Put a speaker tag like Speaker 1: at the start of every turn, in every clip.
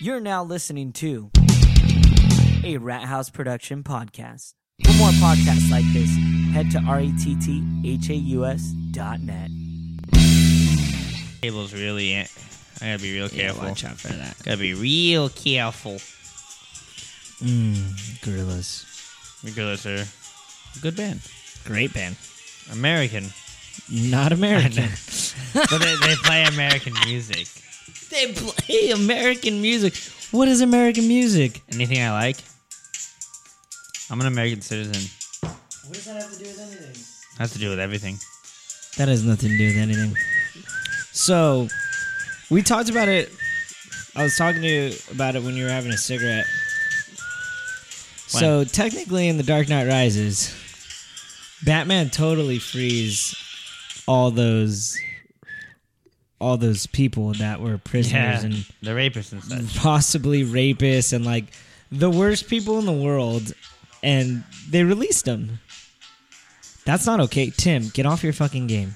Speaker 1: You're now listening to a Rat House production podcast. For more podcasts like this, head to E rethaus dot net.
Speaker 2: Cable's really. in- I gotta be real careful.
Speaker 3: watch out for that.
Speaker 2: Gotta be real careful.
Speaker 3: Mm, Gorillas.
Speaker 2: Because they're a good band.
Speaker 3: Great band.
Speaker 2: American.
Speaker 3: Not American.
Speaker 2: but they, they play American music.
Speaker 3: they play American music. What is American music?
Speaker 2: Anything I like? I'm an American citizen.
Speaker 3: What does that have to do with anything?
Speaker 2: Has to do with everything.
Speaker 3: That has nothing to do with anything. So, we talked about it. I was talking to you about it when you were having a cigarette. So, technically, in The Dark Knight Rises, Batman totally frees all those all those people that were prisoners
Speaker 2: Yeah.
Speaker 3: and
Speaker 2: The rapists and
Speaker 3: Mm.
Speaker 2: such.
Speaker 3: possibly rapists and like the worst people in the world and they released them. That's not okay. Tim, get off your fucking game.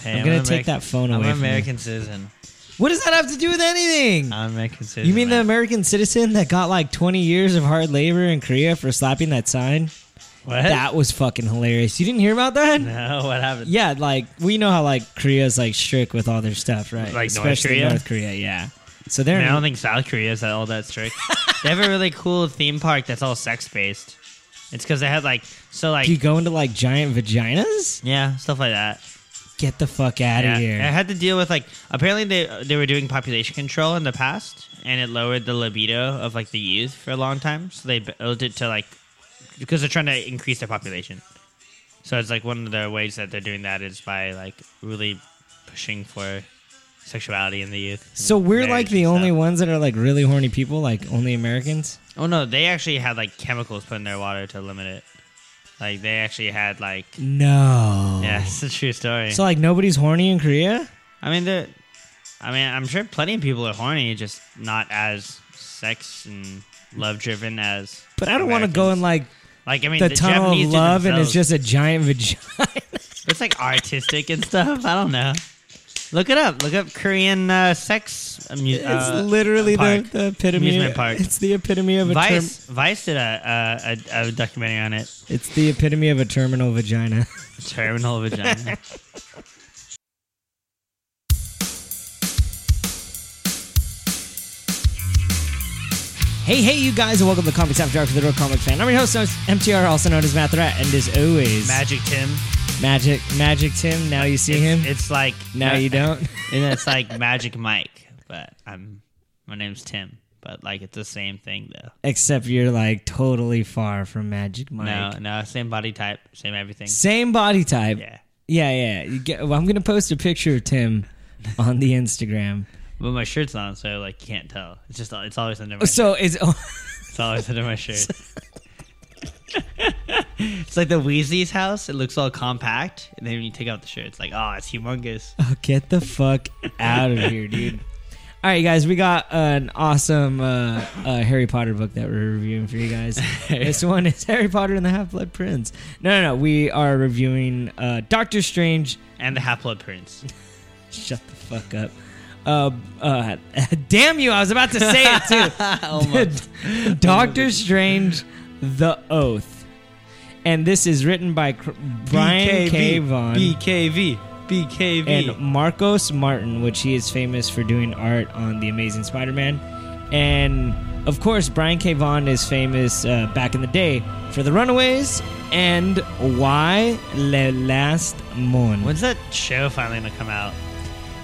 Speaker 2: Hey,
Speaker 3: I'm
Speaker 2: an
Speaker 3: gonna take
Speaker 2: American-
Speaker 3: that phone
Speaker 2: I'm
Speaker 3: away
Speaker 2: an
Speaker 3: from you.
Speaker 2: American citizen.
Speaker 3: What does that have to do with anything?
Speaker 2: I'm an American citizen.
Speaker 3: You mean the
Speaker 2: man.
Speaker 3: American citizen that got like 20 years of hard labor in Korea for slapping that sign?
Speaker 2: What?
Speaker 3: That was fucking hilarious. You didn't hear about that?
Speaker 2: No, what happened?
Speaker 3: Yeah, like we know how like Korea's like strict with all their stuff, right?
Speaker 2: Like North
Speaker 3: Especially
Speaker 2: Korea?
Speaker 3: North Korea, yeah. So they're
Speaker 2: I, mean, I don't think South Korea is all that strict. they have a really cool theme park that's all sex based. It's because they had like so like
Speaker 3: do you go into like giant vaginas?
Speaker 2: yeah stuff like that.
Speaker 3: Get the fuck out of
Speaker 2: Yeah.
Speaker 3: here.
Speaker 2: I had to deal with like apparently they they were doing population control in the past, and it lowered the libido of like the youth for a long time. So they built it to like because they're trying to increase their population. So it's like one of the ways that they're doing that is by like really pushing for sexuality in the youth. and
Speaker 3: So we're like
Speaker 2: marriage
Speaker 3: the
Speaker 2: and
Speaker 3: only
Speaker 2: stuff.
Speaker 3: ones that are like really horny people, like only Americans.
Speaker 2: Oh no, they actually had like chemicals put in their water to limit it. Like they actually had like
Speaker 3: No.
Speaker 2: yeah, it's a true story.
Speaker 3: So like nobody's horny in Korea.
Speaker 2: I mean, the, I mean, I'm sure plenty of people are horny, just not as sex and love driven as.
Speaker 3: But I don't want to go in like
Speaker 2: Americans. like I mean
Speaker 3: the,
Speaker 2: the
Speaker 3: tunnel
Speaker 2: Japanese uh,
Speaker 3: of
Speaker 2: do
Speaker 3: love and it's
Speaker 2: themselves.
Speaker 3: just a giant vagina.
Speaker 2: it's like artistic and stuff. I don't know. Look it up. Look up Korean uh, sex. Amu-
Speaker 3: It's
Speaker 2: uh,
Speaker 3: literally the,
Speaker 2: park.
Speaker 3: the epitome.
Speaker 2: Amusement park.
Speaker 3: It's the epitome of a term.
Speaker 2: Vice Vice did a, a, a, a documentary on it.
Speaker 3: It's the epitome of a terminal vagina.
Speaker 2: Terminal vagina.
Speaker 3: Hey, hey, you guys, and welcome to Comics After Dark for the Real Comic Fan. I'm your host, MTR, also known as Matt the Rat, and as always,
Speaker 2: Magic Tim.
Speaker 3: Magic, Magic Tim. Now you see
Speaker 2: It's-
Speaker 3: him.
Speaker 2: It's like
Speaker 3: now you don't.
Speaker 2: and it's like Magic Mike, but I'm my name's Tim, but like it's the same thing though.
Speaker 3: Except you're like totally far from Magic Mike.
Speaker 2: No, no, same body type, same everything.
Speaker 3: Same body type.
Speaker 2: Yeah,
Speaker 3: Yeah, yeah. You get, well, I'm gonna post a picture of Tim on the Instagram.
Speaker 2: but my shirt's on, so like you can't tell. It's just it's always under my
Speaker 3: So is oh,
Speaker 2: it's always under my shirt. it's like the Weasley's house. It looks all compact, and then when you take out the shirt, it's like oh, it's humongous.
Speaker 3: oh, get the fuck out of here, dude. All right, guys, we got an awesome uh, uh, Harry Potter book that we're reviewing for you guys. this one is Harry Potter and the Half Blood Prince. No, no, no. We are reviewing uh, Doctor Strange.
Speaker 2: And the Half Blood Prince.
Speaker 3: Shut the fuck up. Uh, uh, damn you! I was about to say it too.
Speaker 2: oh my!
Speaker 3: Doctor Strange, The Oath. And this is written by Cr- Brian K. Vaughan
Speaker 2: BKV BKV.
Speaker 3: and Marcos Martin, which he is famous for doing art on The Amazing Spider Man. And of course, Brian K. Vaughan is famous uh, back in the day for The Runaways and Why Le Last Mon.
Speaker 2: When's that show finally gonna come out?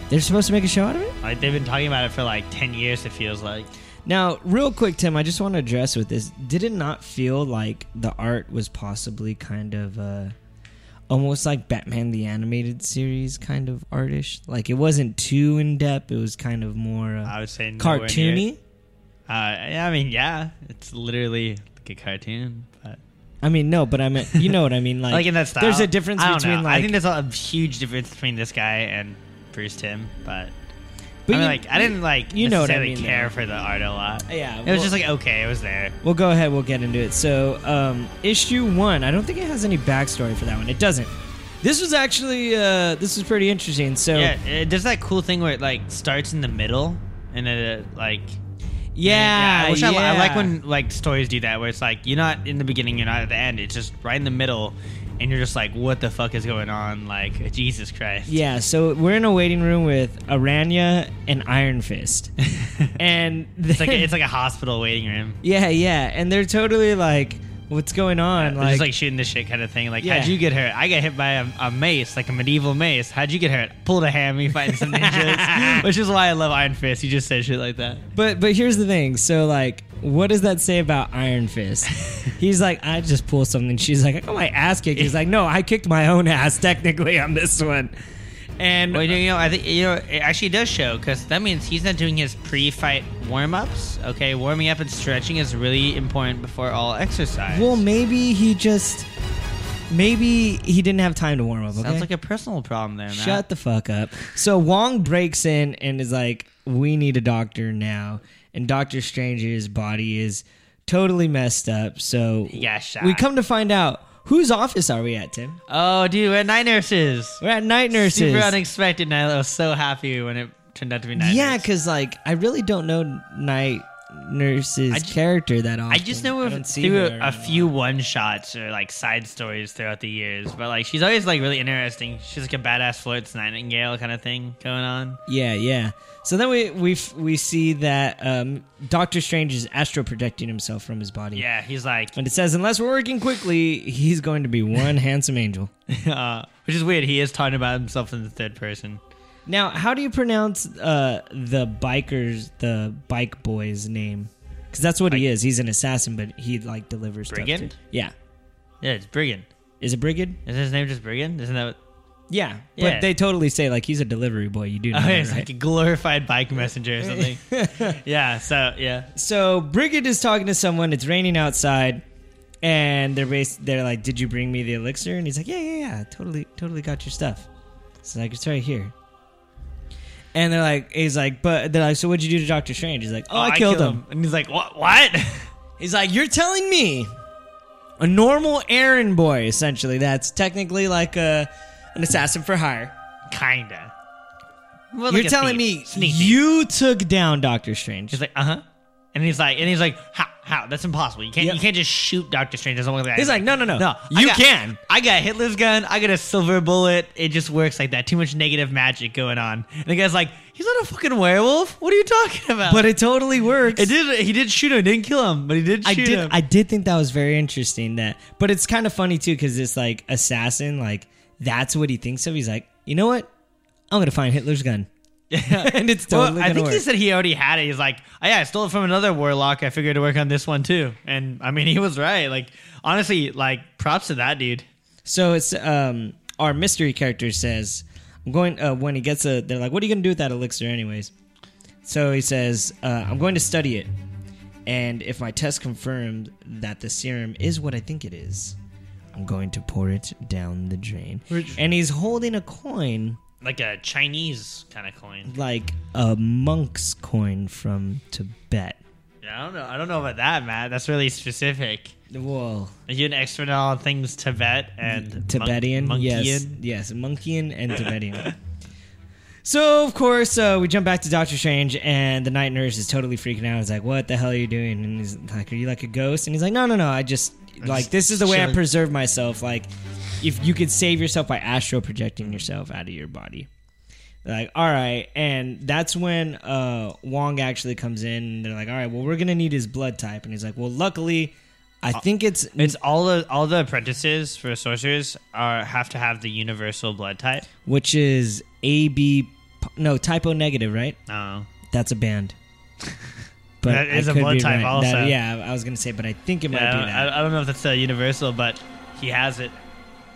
Speaker 3: They're supposed to make a show out of it?
Speaker 2: Like they've been talking about it for like ten years. It feels like.
Speaker 3: Now, real quick, Tim, I just want to address with this. Did it not feel like the art was possibly kind of uh, almost like Batman the Animated Series kind of artish? Like it wasn't too in depth. It was kind of more uh,
Speaker 2: I would say nowhere near-
Speaker 3: cartoony.
Speaker 2: Uh, I mean, yeah, it's literally like a cartoon, but
Speaker 3: I mean, no, but I meant you know what I mean. Like,
Speaker 2: like, in that style.
Speaker 3: There's a difference
Speaker 2: I don't
Speaker 3: between
Speaker 2: know.
Speaker 3: like.
Speaker 2: I think there's a huge difference between this guy and Bruce Tim, but,
Speaker 3: but
Speaker 2: I mean,
Speaker 3: you-
Speaker 2: like I didn't like
Speaker 3: you know what I
Speaker 2: necessarily
Speaker 3: mean,
Speaker 2: care
Speaker 3: though.
Speaker 2: for the art a lot.
Speaker 3: Yeah,
Speaker 2: it
Speaker 3: well-
Speaker 2: was just like okay, it was there.
Speaker 3: We'll go ahead. We'll get into it. So, um, issue one. I don't think it has any backstory for that one. It doesn't. This was actually uh, this was pretty interesting. So
Speaker 2: Yeah, it, there's that cool thing where it like starts in the middle and then it like
Speaker 3: Yeah,
Speaker 2: I wish
Speaker 3: yeah.
Speaker 2: I, li- I like when like stories do that, where it's like you're not in the beginning, you're not at the end. It's just right in the middle, and you're just like, what the fuck is going on? Like Jesus Christ.
Speaker 3: Yeah, so we're in a waiting room with Aranya and Iron Fist, and
Speaker 2: It's like
Speaker 3: they're-
Speaker 2: it's like a hospital waiting room.
Speaker 3: yeah, yeah, and they're totally like, "What's going on?"
Speaker 2: It's
Speaker 3: like,
Speaker 2: just like shooting the shit kind of thing. Like,
Speaker 3: Yeah.
Speaker 2: how'd you get hurt? I got hit by a, a mace, like a medieval mace. How'd you get hurt? Pulled a hammy fighting some ninjas, which is why I love Iron Fist. He just says shit like that.
Speaker 3: but but here's the thing. So like, what does that say about Iron Fist? He's like, "I just pulled something." She's like, "I got my ass kicked." He's like, "No, I kicked my own ass technically on this one," and
Speaker 2: Well, you know, I think you know it actually does show because that means he's not doing his pre-fight warm-ups. Okay, warming up and stretching is really important before all exercise.
Speaker 3: well, maybe he just maybe he didn't have time to warm up. Okay?
Speaker 2: sounds like a personal problem there. Matt.
Speaker 3: Shut the fuck up. So Wong breaks in and is like, "We need a doctor now." And Doctor Strange's body is totally messed up. So
Speaker 2: Yeah, shot.
Speaker 3: we come to find out whose office are we at, Tim?
Speaker 2: Oh, dude, we're night nurses.
Speaker 3: We're at night nurses.
Speaker 2: Super unexpected. And I was so happy when it turned out to be night.
Speaker 3: yeah,
Speaker 2: nurse.
Speaker 3: because like I really don't know night nurse's
Speaker 2: I ju-
Speaker 3: character that often.
Speaker 2: I just know
Speaker 3: don't
Speaker 2: of,
Speaker 3: see
Speaker 2: through
Speaker 3: her
Speaker 2: a,
Speaker 3: around
Speaker 2: few one shots or like side stories throughout the years, but like she's always like really interesting. She's like a badass Florence Nightingale kind of thing going on.
Speaker 3: Yeah, yeah. So then we we f- we see that um, Doctor Strange is astro protecting himself from his body.
Speaker 2: Yeah, he's like,
Speaker 3: And it says, unless we're working quickly, he's going to be one handsome angel.
Speaker 2: uh, which is weird. He is talking about himself in the third person.
Speaker 3: Now, how do you pronounce uh, the biker's, the bike boy's name? Because that's what he is. He's an assassin, but he like delivers stuff to-
Speaker 2: Brigand?
Speaker 3: Yeah,
Speaker 2: Yeah, it's Brigand.
Speaker 3: is it brigand?
Speaker 2: Isn't his name just Brigand? Isn't that? What-
Speaker 3: Yeah,
Speaker 2: Yeah.
Speaker 3: but they totally say like he's a delivery boy. You do know,
Speaker 2: oh,
Speaker 3: that,
Speaker 2: it's
Speaker 3: right?
Speaker 2: like a glorified bike messenger or something. yeah. So yeah,
Speaker 3: so Brigid is talking to someone. It's raining outside, and they're bas- they're like, "Did you bring me the elixir?" And he's like, "Yeah, yeah, yeah, totally, totally got your stuff." It's like it's right here. And they're like, he's like, but they're like, so what'd you do to Doctor Strange? He's like, oh, I, killed, him.
Speaker 2: And he's like, what? What?
Speaker 3: He's like, you're telling me a normal errand boy, essentially, that's technically like a an assassin for hire.
Speaker 2: Kinda. Well, like
Speaker 3: You're
Speaker 2: a
Speaker 3: telling
Speaker 2: thief.
Speaker 3: me
Speaker 2: Sneak thief.
Speaker 3: you took down Doctor Strange.
Speaker 2: He's like, uh huh. And he's like, and he's like, how? How? That's impossible. You can't.
Speaker 3: Yep.
Speaker 2: You can't just shoot Doctor Strange. Doesn't work like that.
Speaker 3: He's like, no, no, no,
Speaker 2: no, I
Speaker 3: you
Speaker 2: got-
Speaker 3: can.
Speaker 2: I got Hitler's gun. I got a silver bullet. It just works like that. Too much negative magic going on. And the guy's like, he's not a fucking werewolf. What are you talking about?
Speaker 3: But it totally works.
Speaker 2: it did. He did shoot him. It didn't kill him. But he did shoot
Speaker 3: I did.
Speaker 2: him.
Speaker 3: I did think that was very interesting. That, but it's kind of funny too because this like assassin, like that's what he thinks of. He's like, you know what? I'm gonna find Hitler's gun. and it's totally.
Speaker 2: well, I
Speaker 3: gonna
Speaker 2: think
Speaker 3: work.
Speaker 2: he said he already had it. He's like, oh, yeah, I stole it from another warlock. I figured to work on this one too. And I mean, he was right. Like, honestly, like, props to that dude.
Speaker 3: So it's um our mystery character says I'm going uh, when he gets a they're like what are you gonna do with that elixir anyways? So he says uh, I'm going to study it, and if my test confirmed that the serum is what I think it is, I'm going to pour it down the drain.
Speaker 2: Which-
Speaker 3: and he's holding a coin
Speaker 2: Like a Chinese kind of coin.
Speaker 3: like a monk's coin from Tibet.
Speaker 2: Yeah, I don't know. I don't know about that, Matt. That's really specific.
Speaker 3: Whoa,
Speaker 2: Are you an expert on all things Tibet and
Speaker 3: Tibetan,
Speaker 2: Monk-
Speaker 3: yes,
Speaker 2: Monkeyan?
Speaker 3: yes, Monkeyan and Tibetan. so of course, uh, we jump back to Doctor Strange, and the night nurse is totally freaking out. He's like, "What the hell are you doing?" And he's like, "Are you like a ghost?" And he's like, "No, no, no. I just like
Speaker 2: just
Speaker 3: this is the way I
Speaker 2: chilling."
Speaker 3: preserve myself. Like, if you could save yourself by astral projecting yourself out of your body." They're like, all right, and that's when uh, Wong actually comes in. And they're like, all right, well, we're gonna need his blood type, and he's like, well, luckily, I think it's
Speaker 2: It's all the all the apprentices for sorcerers are have to have the universal blood type.
Speaker 3: which is AB. No, typo negative, right?
Speaker 2: Oh,
Speaker 3: That's a band.
Speaker 2: That is
Speaker 3: a
Speaker 2: a blood type also.
Speaker 3: yeah, I was gonna say, but I think it might
Speaker 2: yeah, I,
Speaker 3: be that.
Speaker 2: don't, I, I don't know if that's uh, universal, but he has it.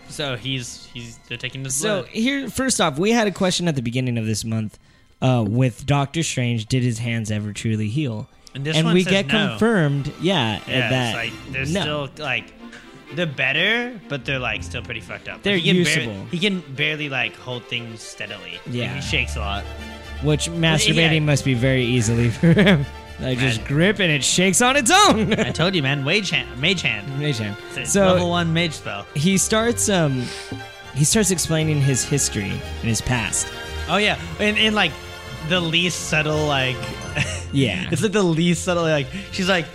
Speaker 2: So he's he's they're taking this.
Speaker 3: so
Speaker 2: blood.
Speaker 3: here, first off, we had a question at the beginning of this month uh, with Doctor Strange: Did his hands ever truly heal?
Speaker 2: And this
Speaker 3: and
Speaker 2: one
Speaker 3: we
Speaker 2: says
Speaker 3: get
Speaker 2: no.
Speaker 3: confirmed, yeah,
Speaker 2: yeah, it's
Speaker 3: that
Speaker 2: like they're
Speaker 3: no.
Speaker 2: still like they're better, but they're like still pretty fucked up. Like,
Speaker 3: They're
Speaker 2: he can bar-
Speaker 3: usable.
Speaker 2: he can barely like hold things steadily. Like,
Speaker 3: Yeah.
Speaker 2: he shakes a lot.
Speaker 3: which masturbating
Speaker 2: yeah.
Speaker 3: must be very easily for him. I just
Speaker 2: Man.
Speaker 3: grip and it shakes on its own.
Speaker 2: I told you, man. Mage hand, mage hand.
Speaker 3: Mage hand.
Speaker 2: It's a
Speaker 3: So
Speaker 2: level one mage spell.
Speaker 3: he starts um he starts explaining his history and his past
Speaker 2: Oh yeah, and in like the least subtle like
Speaker 3: Yeah.
Speaker 2: It's like the least subtle. Like she's like,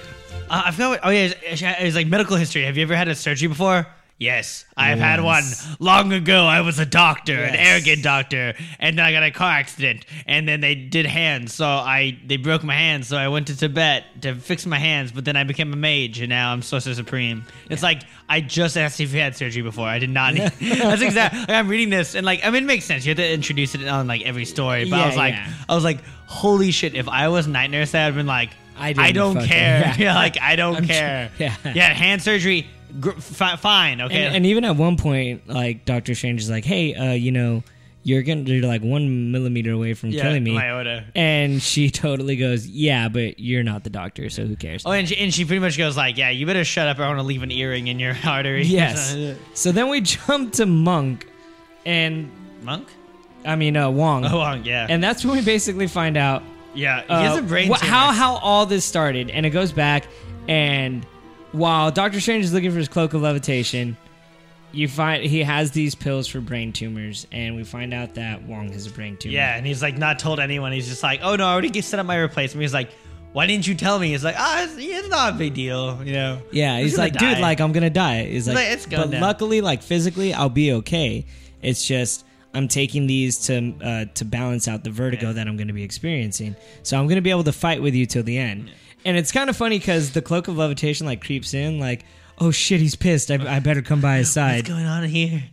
Speaker 2: uh, I forgot. What, oh yeah, it's, it's like medical history. Have you ever had a surgery before? Yes, I have had one
Speaker 3: Yes.
Speaker 2: long ago. I was a doctor, an
Speaker 3: Yes.
Speaker 2: arrogant doctor, and then I got in a car accident, and then they did hands. So I they broke my hands. So I went to Tibet to fix my hands, but then I became a mage, and now I'm Sorcerer Supreme. It's like I just asked if you had surgery before. I did not. Need, that's exactly. Like, I'm reading this, and like I mean, it makes sense. You have to introduce it on like every story, but I
Speaker 3: Yeah,
Speaker 2: was like,
Speaker 3: yeah.
Speaker 2: I was like, holy shit! If I was night nurse, I'd have been like,
Speaker 3: I
Speaker 2: I,
Speaker 3: didn't
Speaker 2: don't
Speaker 3: fucking-
Speaker 2: care.
Speaker 3: yeah.
Speaker 2: Yeah, like I don't
Speaker 3: I'm sure-
Speaker 2: care.
Speaker 3: yeah.
Speaker 2: yeah, hand surgery, gr- fi- fine, okay.
Speaker 3: And, and even at one point, like Doctor Strange is like, "Hey, uh, you know, you're gonna you're like one millimeter away from
Speaker 2: yeah,
Speaker 3: killing me,"
Speaker 2: my order.
Speaker 3: and she totally goes, "Yeah, but you're not the doctor, so who cares?"
Speaker 2: Oh, and she, and she pretty much goes like, "Yeah, you better shut up. or I want to leave an earring in your artery."
Speaker 3: yes. So then we jump to Monk, and
Speaker 2: monk.
Speaker 3: I mean uh, Wong,
Speaker 2: Oh, Wong, yeah,
Speaker 3: and that's when we basically find out
Speaker 2: yeah. He
Speaker 3: uh,
Speaker 2: has a brain
Speaker 3: wh-
Speaker 2: tumor.
Speaker 3: how how all this started, and it goes back. And while Doctor Strange is looking for his cloak of levitation, you find he has these pills for brain tumors, and we find out that Wong has a brain tumor.
Speaker 2: Yeah, and he's like not told anyone. He's just like, "Oh no, I already set up my replacement." He's like, "Why didn't you tell me?" He's like, "Ah, it's, it's not a big deal," you know.
Speaker 3: yeah. He's
Speaker 2: gonna
Speaker 3: like,
Speaker 2: die."
Speaker 3: dude, like I'm gonna die. He's like,
Speaker 2: like, "It's gonna
Speaker 3: but
Speaker 2: die."
Speaker 3: luckily, like physically, I'll be okay. It's just. I'm taking these to uh, to balance out the vertigo
Speaker 2: Yeah.
Speaker 3: that I'm going to be experiencing, so I'm going to be able to fight with you till the end. And it's kind of funny because the cloak of levitation like creeps in, like, oh shit, he's pissed. I, I better come by his side.
Speaker 2: What's going on here?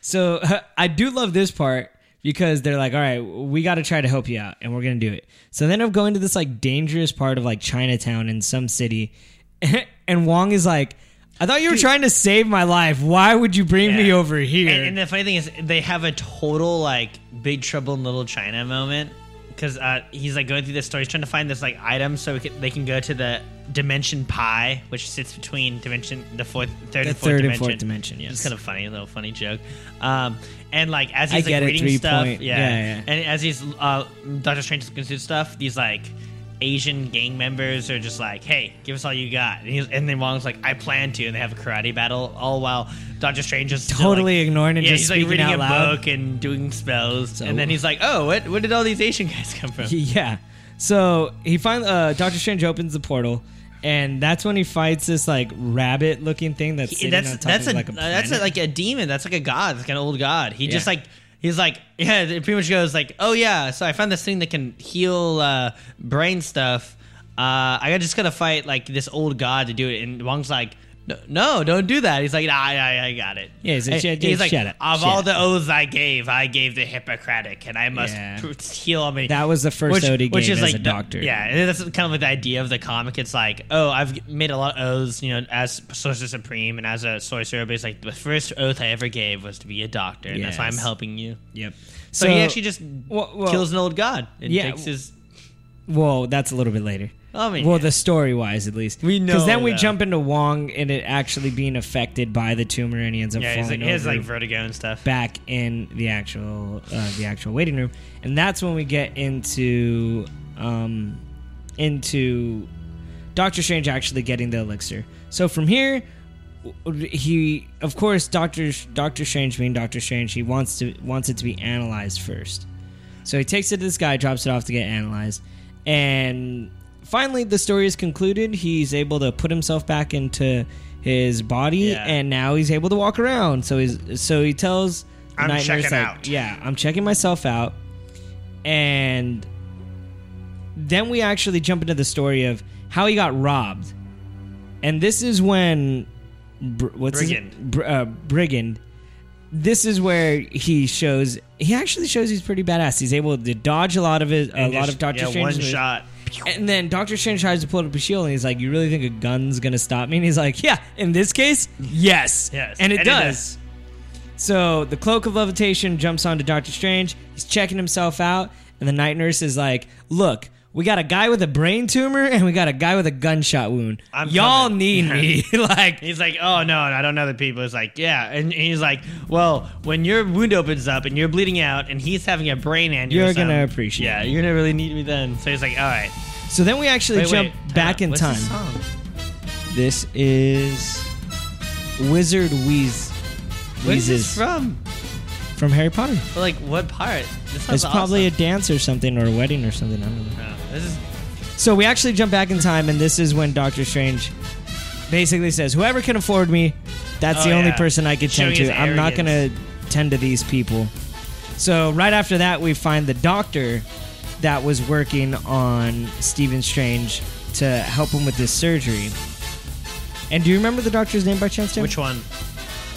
Speaker 3: So I do love this part because they're like, all right, we got to try to help you out and we're going to do it. So then I'm going to this like dangerous part of like Chinatown in some city. and Wong is like, I thought you were trying to save my life. Why would you bring me
Speaker 2: Yeah.
Speaker 3: over here?
Speaker 2: And, and the funny thing is, they have a total like Big Trouble in Little China moment because uh, he's like going through this story, he's trying to find this like item so we can, they can go to the dimension pi, which sits between dimension the fourth, third,
Speaker 3: The
Speaker 2: and fourth
Speaker 3: third and
Speaker 2: dimension.
Speaker 3: fourth dimension, yes.
Speaker 2: it's kind of funny, a little funny joke. Um, and like as
Speaker 3: I
Speaker 2: he's like
Speaker 3: get it,
Speaker 2: reading
Speaker 3: three
Speaker 2: stuff,
Speaker 3: point-
Speaker 2: yeah,
Speaker 3: yeah, yeah.
Speaker 2: and as he's uh, Doctor Strange is looking through stuff, these like. Asian gang members are just like, "Hey, give us all you got," and, he's, and then Wong's like, "I plan to," and they have a karate battle. All while Doctor Strange is still,
Speaker 3: Totally ignoring and
Speaker 2: yeah,
Speaker 3: just
Speaker 2: he's like
Speaker 3: speaking
Speaker 2: reading
Speaker 3: out
Speaker 2: a
Speaker 3: loud.
Speaker 2: book and doing spells, and then he's like, "Oh, what? Where did all these Asian guys come from?"
Speaker 3: yeah. So he finds uh, Doctor Strange opens the portal. And that's when he fights this like rabbit looking thing that's sitting
Speaker 2: that's
Speaker 3: on top
Speaker 2: that's
Speaker 3: of
Speaker 2: a, uh,
Speaker 3: like a
Speaker 2: that's a,
Speaker 3: planet.
Speaker 2: like a demon. That's like a god. It's like an old god. He just
Speaker 3: Yeah.
Speaker 2: like he's like yeah. It pretty much goes like, "Oh yeah, so I found this thing that can heal uh, brain stuff. Uh, I just gotta fight like this old god to do it." And Wong's like. "No, No, don't do that. He's like, nah, I, I, I got it.
Speaker 3: Yeah, he's like,
Speaker 2: And
Speaker 3: "Shut-
Speaker 2: he's
Speaker 3: dude,
Speaker 2: like,
Speaker 3: shut up,
Speaker 2: of
Speaker 3: shut
Speaker 2: all
Speaker 3: up."
Speaker 2: the oaths I gave, I gave the Hippocratic, and I must
Speaker 3: Yeah.
Speaker 2: pr- heal all many.
Speaker 3: that was the first OD game as
Speaker 2: like
Speaker 3: a
Speaker 2: the-
Speaker 3: doctor.
Speaker 2: yeah, and that's kind of like the idea of the comic. It's like, oh, I've made a lot of oaths, you know, as Sorcerer Supreme and as a sorcerer, but it's like the first oath I ever gave was to be a doctor, and that's why I'm
Speaker 3: Yes.
Speaker 2: helping you.
Speaker 3: Yep.
Speaker 2: So, he actually just
Speaker 3: Well- well-
Speaker 2: kills an old god and
Speaker 3: Yeah,
Speaker 2: takes his. oh,
Speaker 3: Well, that's a little bit later.
Speaker 2: I mean,
Speaker 3: well,
Speaker 2: yeah.
Speaker 3: the story wise, at least.
Speaker 2: We know
Speaker 3: Because then we
Speaker 2: that.
Speaker 3: jump into Wong and it actually being affected by the tumor and he ends up
Speaker 2: yeah, he's
Speaker 3: falling
Speaker 2: like, he has
Speaker 3: over
Speaker 2: like vertigo and stuff.
Speaker 3: back in the actual uh, the actual waiting room, and that's when we get into um, into Doctor Strange actually getting the elixir. So from here, w- he of course Doctor Doctor Strange being Doctor Strange, he wants to wants it to be analyzed first. So he takes it to this guy, drops it off to get analyzed, and finally the story is concluded. He's able to put himself back into his body,
Speaker 2: Yeah.
Speaker 3: and now he's able to walk around. So he's so he tells the
Speaker 2: I'm
Speaker 3: Night Nurse,
Speaker 2: checking
Speaker 3: like,
Speaker 2: out.
Speaker 3: Yeah, I'm checking myself out, and then we actually jump into the story of how he got robbed, and this is when Br- what's his-
Speaker 2: Brigand.
Speaker 3: Br- uh, brigand this is where he shows he actually shows he's pretty badass. He's able to dodge a lot of his, a
Speaker 2: And
Speaker 3: lot
Speaker 2: just-
Speaker 3: of Doctor
Speaker 2: yeah,
Speaker 3: Strange's
Speaker 2: one
Speaker 3: moves.
Speaker 2: shot.
Speaker 3: And then Doctor Strange tries to pull up a shield, and he's like, "You really think a gun's gonna stop me?" And he's like, "Yeah, in this case, yes,
Speaker 2: Yes,
Speaker 3: and it
Speaker 2: and it
Speaker 3: does." So the cloak of levitation jumps onto Doctor Strange. He's checking himself out, and the night nurse is like, "Look." We got a guy with a brain tumor and we got a guy with a gunshot wound.
Speaker 2: I'm
Speaker 3: Y'all
Speaker 2: coming."
Speaker 3: need me. like,
Speaker 2: He's like, oh no, I don't know the people. It's like, yeah, and, and he's like, well, when your wound opens up and you're bleeding out, and he's having a brain aneurysm,
Speaker 3: You're gonna appreciate
Speaker 2: Yeah,
Speaker 3: it.
Speaker 2: you're gonna really need me then. So he's like, all right,
Speaker 3: so then we actually
Speaker 2: Wait,
Speaker 3: jump
Speaker 2: wait, time
Speaker 3: back
Speaker 2: out.
Speaker 3: in
Speaker 2: What's
Speaker 3: time.
Speaker 2: this song?
Speaker 3: This is Wizard Wheeze.
Speaker 2: Where's this
Speaker 3: Wheezes
Speaker 2: from?
Speaker 3: from Harry Potter.
Speaker 2: But like, what part? This
Speaker 3: It's probably a dance or something or a wedding or something. I don't know.
Speaker 2: A- this is
Speaker 3: So we actually jump back in time, and this is when Doctor Strange basically says, "Whoever can afford me, that's
Speaker 2: Oh,
Speaker 3: the only
Speaker 2: yeah.
Speaker 3: person I could tend
Speaker 2: Showing his
Speaker 3: to. I'm not gonna
Speaker 2: arrogance.
Speaker 3: tend to these people." So right after that, we find the doctor that was working on Stephen Strange to help him with this surgery. And do you remember the doctor's name by chance? Tim?
Speaker 2: Which one?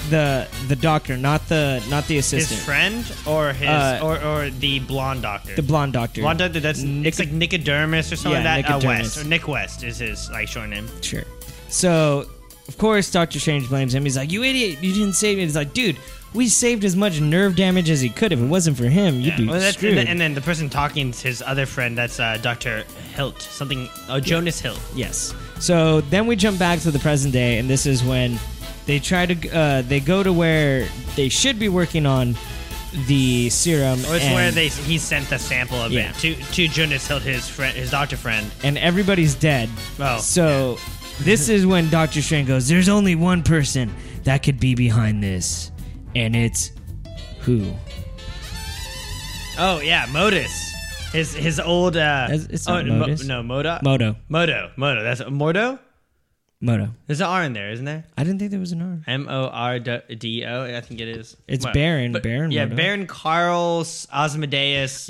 Speaker 3: the the doctor, not the not the assistant,
Speaker 2: His friend or his
Speaker 3: Uh,
Speaker 2: or, or the blonde doctor?
Speaker 3: the blonde doctor.
Speaker 2: blonde doctor. That's
Speaker 3: Nick-
Speaker 2: it's like Nicodermus or something
Speaker 3: Yeah,
Speaker 2: like that. Uh,
Speaker 3: Nicodermus.
Speaker 2: West or Nick West is his like short name.
Speaker 3: Sure. So, of course, Doctor Strange blames him. He's like, "You idiot! You didn't save me." He's like, "Dude, we saved as much nerve damage as he could. If it wasn't for him, you'd be
Speaker 2: Well, that's, and,
Speaker 3: screwed."
Speaker 2: then, and then the person talking is his other friend. That's uh, Doctor Hilt. Something. Uh, Jonas Hilt.
Speaker 3: yes. So then we jump back to the present day, and this is when they try to uh, they go to where they should be working on the serum.
Speaker 2: Or it's
Speaker 3: and,
Speaker 2: where they he sent the sample of
Speaker 3: Yeah.
Speaker 2: it to to Jonas Hilt, his friend, his doctor friend.
Speaker 3: and everybody's dead.
Speaker 2: Oh,
Speaker 3: so this is when Doctor Strange goes, "There's only one person that could be behind this, and it's who."
Speaker 2: Oh yeah, Modus. His his old. Uh,
Speaker 3: That's- it's
Speaker 2: oh,
Speaker 3: not
Speaker 2: Mo-
Speaker 3: Modus.
Speaker 2: no, Moda.
Speaker 3: Moto.
Speaker 2: Modo. Modo. That's Mordo.
Speaker 3: Moto.
Speaker 2: There's an R in there, isn't there?
Speaker 3: I didn't think there was an R.
Speaker 2: M O R D O. I think it is.
Speaker 3: It's
Speaker 2: Well,
Speaker 3: Baron. Baron.
Speaker 2: Yeah,
Speaker 3: Moto.
Speaker 2: Baron Carl S- Osmodeus.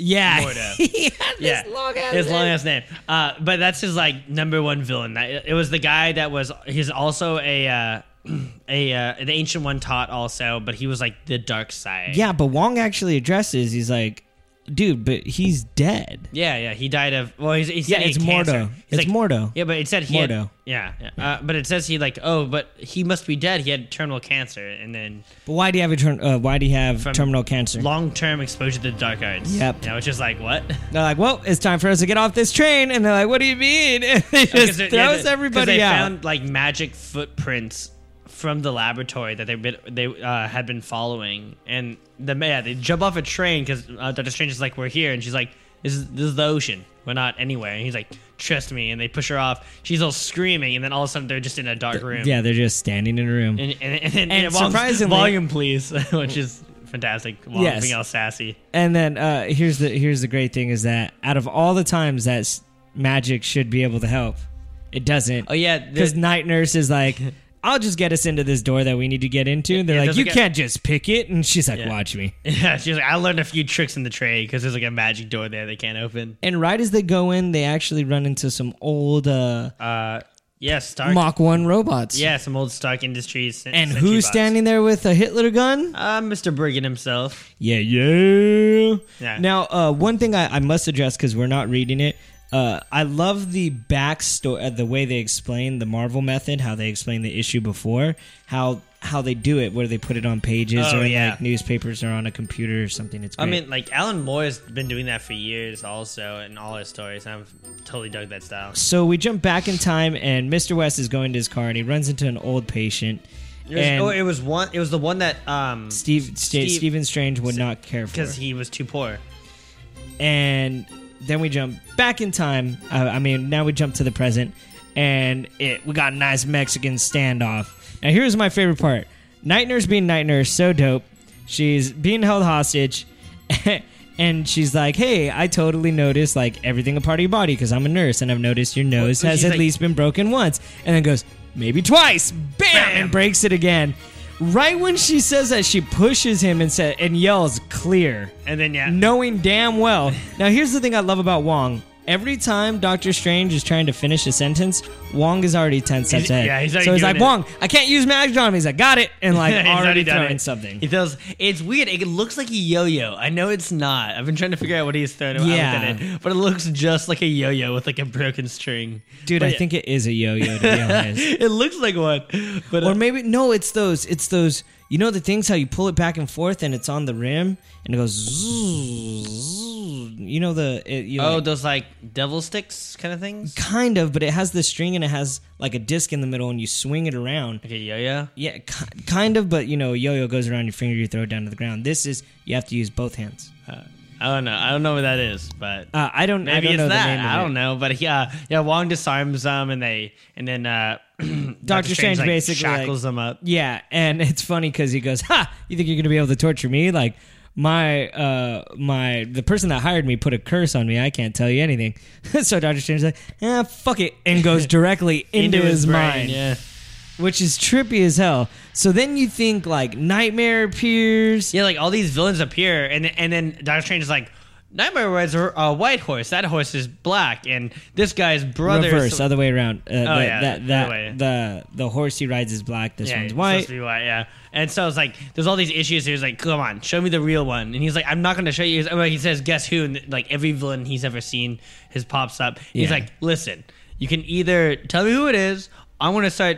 Speaker 2: Mordo.
Speaker 3: he had
Speaker 2: yeah, his long ass name. Uh, but that's his like number one villain. That it was the guy that was. He's also a uh, a uh, an ancient one taught also, but he was like the dark side.
Speaker 3: Yeah, but Wong actually addresses. He's like, dude, but he's dead.
Speaker 2: Yeah, yeah, he died of. Well, he's, he said
Speaker 3: Yeah,
Speaker 2: he had
Speaker 3: it's Mordo.
Speaker 2: cancer. He's
Speaker 3: It's Mordo.
Speaker 2: Yeah, but it said he had-
Speaker 3: Mordo.
Speaker 2: yeah, yeah. Uh, but it says he like. Oh, but he must be dead. He had terminal cancer, and then
Speaker 3: But why do you have a turn? Uh, why do you have
Speaker 2: From
Speaker 3: terminal cancer?
Speaker 2: long term exposure to the dark arts.
Speaker 3: Yep.
Speaker 2: Yeah, which is like what?
Speaker 3: they're like, well, it's time for us to get off this train, and they're like, what do you mean? And they just
Speaker 2: Because it- yeah,
Speaker 3: throws
Speaker 2: the- 'cause
Speaker 3: everybody
Speaker 2: they
Speaker 3: out.
Speaker 2: found like magic footprints from the laboratory that they've been they uh, had been following, and the yeah they jump off a train because uh, Doctor Strange is like we're here, and she's like this is this is the ocean, we're not anywhere, and he's like trust me, and they push her off. She's all screaming, and then all of a sudden they're just in a dark room.
Speaker 3: yeah, they're just standing in a room.
Speaker 2: and and, and, and,
Speaker 3: And
Speaker 2: it walks-
Speaker 3: surprisingly-
Speaker 2: volume please, which is fantastic. Wong
Speaker 3: Yes.
Speaker 2: being all sassy.
Speaker 3: And then uh, here's the here's the great thing is that out of all the times that s- magic should be able to help, it doesn't.
Speaker 2: Oh yeah, the-
Speaker 3: because night nurse is like i'll just get us into this door that we need to get into and
Speaker 2: Yeah,
Speaker 3: they're like
Speaker 2: doesn't
Speaker 3: you
Speaker 2: get-
Speaker 3: can't just pick it and she's like
Speaker 2: Yeah.
Speaker 3: watch me
Speaker 2: yeah, she's like I learned a few tricks in the trade because there's like a magic door there they can't open.
Speaker 3: and right as they go in they actually run into some old uh,
Speaker 2: Uh, yeah, Stark.
Speaker 3: mach 1 robots
Speaker 2: Yeah, some old Stark Industries. sen-
Speaker 3: and
Speaker 2: sentry
Speaker 3: who's
Speaker 2: bots.
Speaker 3: standing there with a hitler gun
Speaker 2: Uh, Mr. Brigham himself.
Speaker 3: yeah yeah,
Speaker 2: Yeah.
Speaker 3: now uh, one thing i, I must address because we're not reading it uh, I love the backstory, uh, the way they explain the Marvel method, how they explain the issue before, how how they do it, where they put it on pages
Speaker 2: Oh,
Speaker 3: or in
Speaker 2: yeah.
Speaker 3: like newspapers or on a computer or something. It's
Speaker 2: I
Speaker 3: great.
Speaker 2: mean, like Alan Moore's been doing that for years, also in all his stories. and I've totally dug that style.
Speaker 3: So we jump back in time, and Mr. West is going to his car, and he runs into an old patient.
Speaker 2: It was,
Speaker 3: and
Speaker 2: oh, it was one. It was the one that um
Speaker 3: Steve, Sta-
Speaker 2: Steve-
Speaker 3: Stephen Strange would not care for.
Speaker 2: because he was too poor.
Speaker 3: and then we jump back in time. Uh, I mean, now we jump to the present, and it we got a nice Mexican standoff. Now here's my favorite part: Night Nurse being Night Nurse, so dope. She's being held hostage, and she's like, "Hey, I totally noticed like everything a part of your body because I'm a nurse, and I've noticed your nose
Speaker 2: Well,
Speaker 3: has
Speaker 2: she's
Speaker 3: at
Speaker 2: like-
Speaker 3: least been broken once." And then goes, "Maybe twice." Bam, and breaks it again. Right when she says that, she pushes him and says and yells, "Clear!"
Speaker 2: And then yeah,
Speaker 3: knowing damn well. Now, here's the thing I love about Wong. Every time Doctor Strange is trying to finish a sentence, Wong is already ten steps
Speaker 2: He's-
Speaker 3: ahead.
Speaker 2: yeah, he's already
Speaker 3: so he's
Speaker 2: doing
Speaker 3: like,
Speaker 2: it.
Speaker 3: "Wong, I can't use magic on him." He's like, "Got it," and like
Speaker 2: He's
Speaker 3: already,
Speaker 2: done
Speaker 3: throwing
Speaker 2: it.
Speaker 3: something.
Speaker 2: He throws. It's weird. It looks like a yo-yo. I know it's not. I've been trying to figure out what he's throwing. when I looked
Speaker 3: Yeah.
Speaker 2: at it, but it looks just like a yo-yo with like a broken string.
Speaker 3: Dude,
Speaker 2: But
Speaker 3: I
Speaker 2: yeah,
Speaker 3: think it is a yo-yo to be honest.
Speaker 2: it looks like one. But uh,
Speaker 3: or maybe no, it's those. It's those. You know the things how you pull it back and forth, and it's on the rim, and it goes. zzz, zzz. You know the it, you
Speaker 2: Oh,
Speaker 3: like-
Speaker 2: those like devil sticks kind of things.
Speaker 3: kind of, but it has the string and it has like a disc in the middle, and you swing it around,
Speaker 2: Okay, yeah, yeah.
Speaker 3: Yeah, ki- kind of, but you know, yo-yo goes around your finger, you throw it down to the ground. This is you have to use both hands.
Speaker 2: Uh, I don't know. I don't know what that is, but
Speaker 3: Uh, I don't. I
Speaker 2: maybe
Speaker 3: don't
Speaker 2: it's
Speaker 3: know
Speaker 2: that.
Speaker 3: the name. Of
Speaker 2: I don't
Speaker 3: it.
Speaker 2: know. But yeah, yeah. Wong disarms them, and they, and then uh,
Speaker 3: Doctor Strange
Speaker 2: like,
Speaker 3: basically, like-
Speaker 2: shackles them up.
Speaker 3: Yeah, and it's funny because he goes, "Ha! You think you're gonna be able to torture me? Like, my uh my the person that hired me put a curse on me. I can't tell you anything. so Doctor Strange's like, ah, fuck it, and goes directly into, his, mind,
Speaker 2: Yeah.
Speaker 3: which is trippy as hell. So then you think like Nightmare appears.
Speaker 2: Yeah, like all these villains appear, and and then Doctor Strange is like, Nightmare was a, a white horse. That horse is black, and this guy's brother. is- Oh,
Speaker 3: Reverse, other way around. Uh, the,
Speaker 2: yeah,
Speaker 3: that,
Speaker 2: other
Speaker 3: that,
Speaker 2: way.
Speaker 3: the the horse he rides is black. This
Speaker 2: yeah,
Speaker 3: one's
Speaker 2: it's
Speaker 3: white.
Speaker 2: supposed to be white. Yeah, and so it's like there's all these issues. He's like, "Come on, show me the real one." And he's like, "I'm not going to show you." He's- well, He says, "Guess who?" And like every villain he's ever seen, his pops up. He's
Speaker 3: Yeah.
Speaker 2: like, "Listen, you can either tell me who it is. I want to start."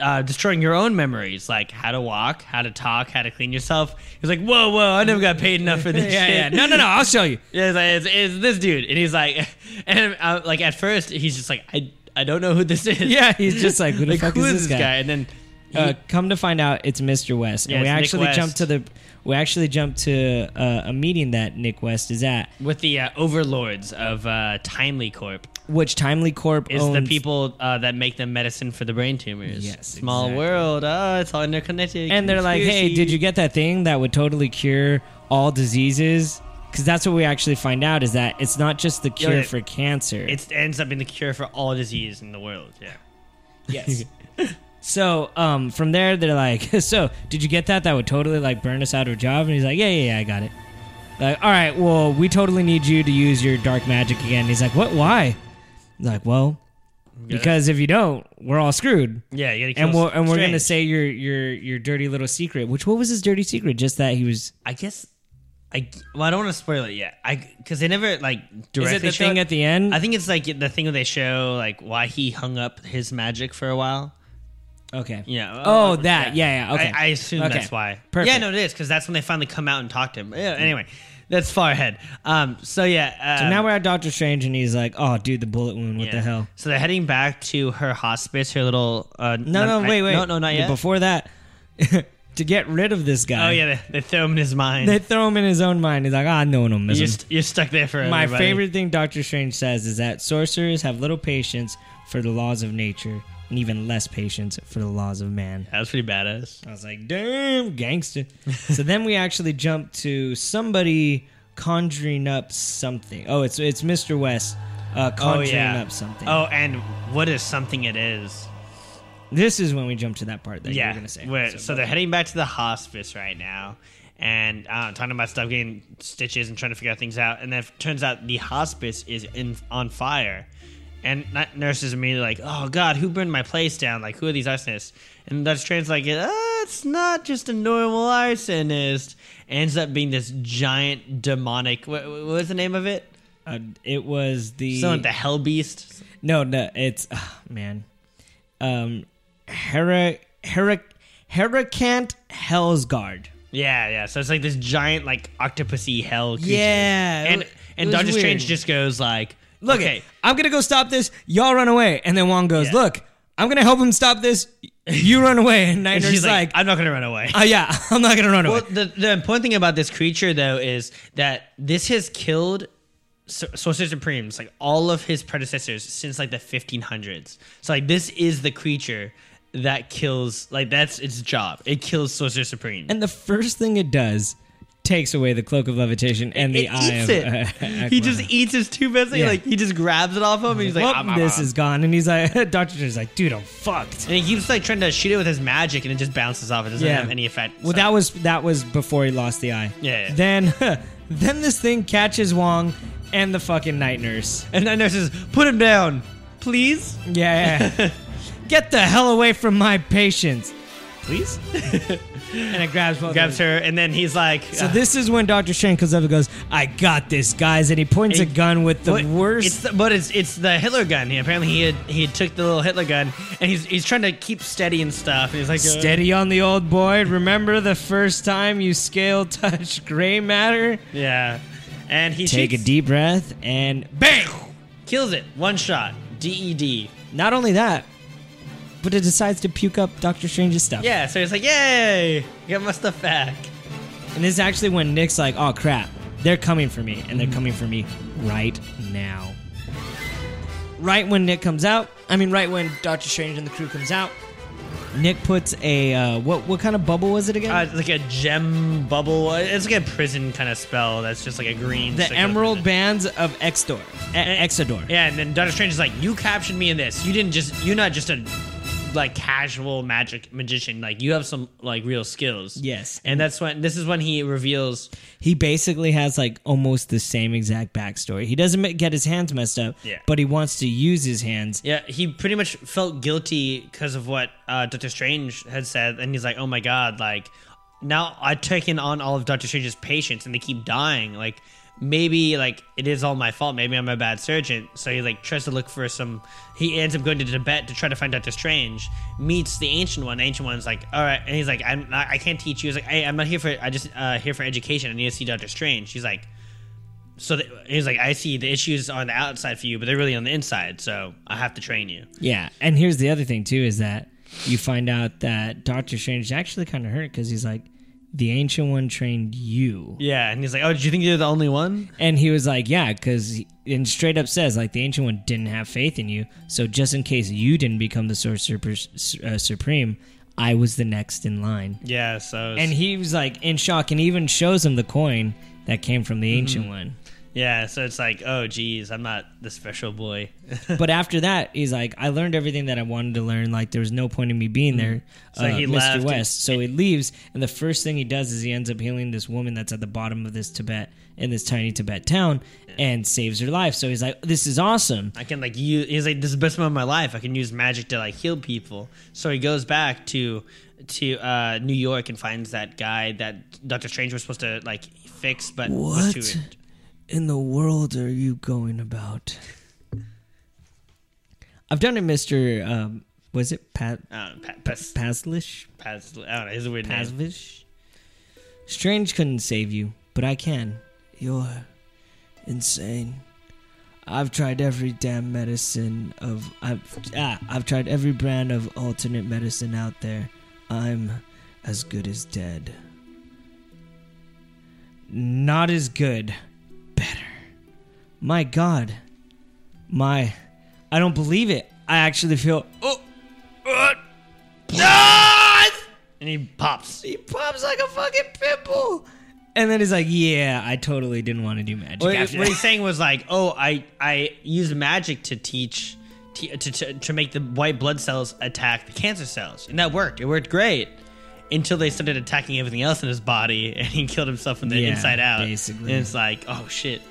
Speaker 2: Uh, destroying your own memories, like how to walk, how to talk, how to clean yourself. He's like, "Whoa, whoa! I never got paid enough for this
Speaker 3: yeah,
Speaker 2: shit."
Speaker 3: yeah. No, no, no. I'll show you.
Speaker 2: Yeah, it's, like, it's, it's this dude, and he's like, and uh, like at first he's just like, I, I don't know who this is.
Speaker 3: Yeah, he's just like, who the fuck
Speaker 2: who
Speaker 3: is this guy?
Speaker 2: And then, he-
Speaker 3: uh, come to find out, it's Mr. West,
Speaker 2: Yeah,
Speaker 3: and we
Speaker 2: it's Nick
Speaker 3: actually
Speaker 2: West.
Speaker 3: jumped to the we actually jumped to uh, a meeting that Nick West is at,
Speaker 2: with the uh, overlords of uh, Timely Corp,
Speaker 3: which Timely Corp
Speaker 2: is
Speaker 3: owns.
Speaker 2: the people uh, that make the medicine for the brain tumors.
Speaker 3: Yes,
Speaker 2: small
Speaker 3: exactly.
Speaker 2: world. Oh, it's all interconnected.
Speaker 3: and they're like, "Hey, did you get that thing that would totally cure all diseases?" Because that's what we actually find out is that it's not just the cure
Speaker 2: it-
Speaker 3: for cancer.
Speaker 2: It ends up being the cure for all disease in the world. Yeah.
Speaker 3: Yes. so um, from there, they're like, "So, did you get that? That would totally like burn us out of a job." And he's like, "Yeah, yeah, yeah, I got it." Like, all right, well, we totally need you to use your dark magic again. he's like, "What? Why?" He's like, "Well, because if you don't, we're all screwed."
Speaker 2: yeah, you gotta kill
Speaker 3: And we're and we're
Speaker 2: Strange.
Speaker 3: gonna say your your your dirty little secret. Which what was his dirty secret? Just that he was.
Speaker 2: I guess. I, well, I don't want to spoil it yet. I because they never like
Speaker 3: Is
Speaker 2: directly
Speaker 3: it the
Speaker 2: show
Speaker 3: thing
Speaker 2: it.
Speaker 3: at the end?
Speaker 2: I think it's like the thing where they show like why he hung up his magic for a while.
Speaker 3: okay.
Speaker 2: Yeah.
Speaker 3: Oh, that. Yeah. Yeah. Okay.
Speaker 2: I, I assume
Speaker 3: Okay.
Speaker 2: that's why.
Speaker 3: Perfect. Mm.
Speaker 2: Yeah, no, it is because that's when they finally come out and talk to him. Yeah, anyway, that's far ahead. Um. So yeah. Uh,
Speaker 3: so now we're at Doctor Strange, and he's like, "Oh, dude, the bullet wound. What
Speaker 2: yeah.
Speaker 3: the hell?"
Speaker 2: So they're heading back to her hospice, her little. Uh,
Speaker 3: No, no,
Speaker 2: not-
Speaker 3: wait, wait.
Speaker 2: No, no, not yet.
Speaker 3: Before that, to get rid of this guy,
Speaker 2: oh yeah, they, they throw him in his mind.
Speaker 3: they throw him in his own mind. He's like, ah, no one will miss
Speaker 2: you're,
Speaker 3: him.
Speaker 2: st- you're stuck there for
Speaker 3: My favorite thing Doctor Strange says is that sorcerers have little patience for the laws of nature and even less patience for the laws of man.
Speaker 2: That was pretty badass.
Speaker 3: I was like, damn, gangster. so then we actually jump to somebody conjuring up something. Oh, it's it's Mr. West uh,
Speaker 2: Oh
Speaker 3: conjuring
Speaker 2: yeah.
Speaker 3: up something.
Speaker 2: Oh, and what is something? It is.
Speaker 3: This is when we jump to that part that you
Speaker 2: yeah.
Speaker 3: were going to say.
Speaker 2: Where- so, they're heading back to the hospice right now, and uh, talking about stuff, getting stitches, and trying to figure out things out. And then it turns out the hospice is in on fire, and that nurse is immediately like, "Oh God, who burned my place down? Like, who are these arsonists?" And that's trans like, uh, "It's not just a normal arsonist." Ends up being this giant demonic. What, what was the name of it?
Speaker 3: uh, it was the
Speaker 2: Something like the Hell Beast.
Speaker 3: No, no, it's ah, man. Um Hera Hera Heracant Hellsguard.
Speaker 2: Yeah, yeah. So it's like this giant, like octopusy hell. Creature.
Speaker 3: Yeah, it
Speaker 2: and
Speaker 3: wa- it
Speaker 2: and
Speaker 3: was
Speaker 2: Doctor
Speaker 3: weird.
Speaker 2: Strange just goes like,
Speaker 3: Look
Speaker 2: okay,
Speaker 3: it, I'm gonna go stop this, y'all run away. And then Wong goes,
Speaker 2: Yeah.
Speaker 3: Look, I'm gonna help him stop this, you run away. And Night
Speaker 2: and
Speaker 3: Nurse's
Speaker 2: she's
Speaker 3: like,
Speaker 2: like, I'm not gonna run away.
Speaker 3: Oh yeah, I'm not gonna run away.
Speaker 2: Well, the the important thing about this creature though is that this has killed Sor- Sorcerer Supremes, like all of his predecessors since like the 1500s. So like this is the creature that kills, like that's its job. It kills Sorcerer Supreme.
Speaker 3: and the first thing it does takes away the cloak of levitation and the
Speaker 2: it
Speaker 3: eye
Speaker 2: eats
Speaker 3: of
Speaker 2: it.
Speaker 3: uh,
Speaker 2: he
Speaker 3: Aquaman.
Speaker 2: just eats his two best. thing,
Speaker 3: Yeah.
Speaker 2: Like he just grabs it off him. And he's like,
Speaker 3: Well,
Speaker 2: "Ah, ah,
Speaker 3: this
Speaker 2: ah."
Speaker 3: is gone, and he's like, Doctor Strange's like, dude, I'm fucked.
Speaker 2: And he keeps like trying to shoot it with his magic, and it just bounces off. It doesn't have any effect.
Speaker 3: Well,
Speaker 2: So-
Speaker 3: that was that was before he lost the eye.
Speaker 2: Yeah, yeah.
Speaker 3: Then, then this thing catches Wong and the fucking night nurse.
Speaker 2: and that nurse says, "Put him down, please."
Speaker 3: Yeah. yeah. Get the hell away from my patients, please. and it grabs both.
Speaker 2: Grabs
Speaker 3: of them.
Speaker 2: her, and then he's like, uh,
Speaker 3: So this is when Doctor Strange comes up and goes, "I got this, guys," and he points a
Speaker 2: It-
Speaker 3: gun with the
Speaker 2: What-
Speaker 3: worst.
Speaker 2: It's the, but it's it's the Hitler gun. He, apparently he had, he had took the little Hitler gun, and he's he's trying to keep steady and stuff. And he's like, uh,
Speaker 3: Steady on the old boy. Remember the first time you scale touch gray matter?
Speaker 2: yeah. And he
Speaker 3: Take a
Speaker 2: shoots,
Speaker 3: deep breath and bang!
Speaker 2: kills it, one shot, E DED.
Speaker 3: Not only that, but it decides to puke up Doctor Strange's stuff.
Speaker 2: Yeah, so he's like, yay, got my stuff back.
Speaker 3: And this is actually when Nick's like, oh crap, they're coming for me, and they're
Speaker 2: Mm-hmm.
Speaker 3: coming for me right now. Right when Nick comes out, I mean, right when Doctor Strange and the crew comes out, Nick puts a uh, what? What kind of bubble was it again?
Speaker 2: Uh, it's like a gem bubble. It's like a prison kind of spell. That's just like a green.
Speaker 3: the
Speaker 2: stick of
Speaker 3: Emerald
Speaker 2: prison.
Speaker 3: Bands of Exdor. E- Exodor.
Speaker 2: Yeah, and then Doctor Strange is like, "You captured me in this. You didn't just. You're not just a like casual magic magician. Like you have some like real skills."
Speaker 3: Yes.
Speaker 2: and that's when this is when he reveals.
Speaker 3: He basically has like almost the same exact backstory. He doesn't ma- get his hands messed up,
Speaker 2: Yeah.
Speaker 3: but he wants to use his hands.
Speaker 2: Yeah, he pretty much felt guilty because of what uh, Doctor Strange had said, and he's like, "Oh my god! Like now I've taken on all of Doctor Strange's patients, and they keep dying. Like." Maybe like it is all my fault. Maybe I'm a bad surgeon. So he like tries to look for some. He ends up going to Tibet to try to find Doctor Strange. Meets the ancient one. The ancient one's like, all right, and he's like, I'm not, I can't teach you. He's like, hey, I'm not here for. I just uh, here for education. I need to see Doctor Strange. He's like, so the, he's like, I see the issues on the outside for you, but they're really on the inside. So I have to train you.
Speaker 3: Yeah, and here's the other thing too is that you find out that Doctor Strange is actually kind of hurt because he's like, the Ancient One trained you,
Speaker 2: Yeah, and he's like, Oh, did you think you're the only one?
Speaker 3: and he was like, yeah, because and straight up says like the Ancient One didn't have faith in you, so just in case you didn't become the Sorcerer Pres- uh, Supreme, I was the next in line.
Speaker 2: Yeah. So
Speaker 3: And he was like in shock, and even shows him the coin that came from the Ancient One.
Speaker 2: yeah, so it's like, Oh, geez, I'm not the special boy.
Speaker 3: But after that, he's like, I learned everything that I wanted to learn. Like, there was no point in me being there.
Speaker 2: Mm-hmm. So
Speaker 3: uh,
Speaker 2: he
Speaker 3: Mr.
Speaker 2: left and-
Speaker 3: West. So he leaves, and the first thing he does is he ends up healing this woman that's at the bottom of this Tibet, in this tiny Tibet town, and saves her life. So he's like, This is awesome.
Speaker 2: I can like use. He's like, This is the best moment of my life. I can use magic to like heal people. So he goes back to to uh, New York and finds that guy that Doctor Strange was supposed to like fix, but was too.
Speaker 3: What? in the world are you going about? I've done it, Mr. Um, was it Pat
Speaker 2: I don't know, pa- pas-
Speaker 3: Paslish?
Speaker 2: pas- I don't know. It's a weird name.
Speaker 3: Pasvish? Strange couldn't save you, but I can. You're insane. I've tried every damn medicine of I've ah, I've tried every brand of alternate medicine out there. I'm as good as dead. Not as good. Better. My god. My I don't believe it. I actually feel oh
Speaker 2: And he pops.
Speaker 3: He pops like a fucking pimple. And then he's like, yeah, I totally didn't want to do magic
Speaker 2: What,
Speaker 3: after
Speaker 2: what
Speaker 3: that.
Speaker 2: he's saying was like, oh, I I used magic to teach to, to to make the white blood cells attack the cancer cells, and that worked. It worked great until they started attacking everything else in his body, and he killed himself from the
Speaker 3: Yeah,
Speaker 2: inside out.
Speaker 3: basically.
Speaker 2: and it's like, oh shit,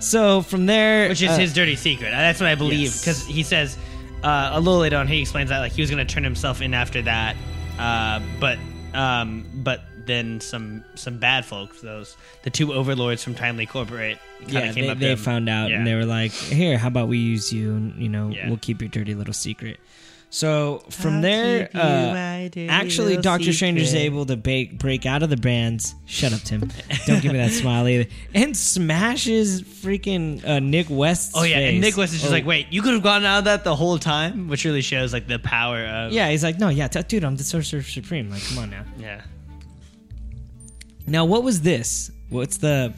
Speaker 3: So from there,
Speaker 2: which is
Speaker 3: uh,
Speaker 2: his dirty secret. That's what I believe
Speaker 3: Yes.
Speaker 2: because he says uh, a little later on he explains that like he was gonna turn himself in after that, uh, but um, but then some some bad folks, those the two overlords from Timely Corporate, kinda
Speaker 3: yeah,
Speaker 2: came
Speaker 3: they,
Speaker 2: up to
Speaker 3: they
Speaker 2: him.
Speaker 3: found out
Speaker 2: Yeah.
Speaker 3: and they were like, here, how about we use you? And you know,
Speaker 2: Yeah.
Speaker 3: we'll keep your dirty little secret. So from there, uh, actually, Doctor Strange is able to bake, break out of the bands. Shut up, Tim. Don't give me that smile either. And smashes freaking uh, Nick West.
Speaker 2: Oh yeah, and Nicholas is just like, wait, you could have gotten out of that the whole time, which really shows like the power of
Speaker 3: Yeah, he's like, no, yeah, t- dude, I'm the Sorcerer Supreme. Like, come on now.
Speaker 2: yeah.
Speaker 3: Now, what was this? What's the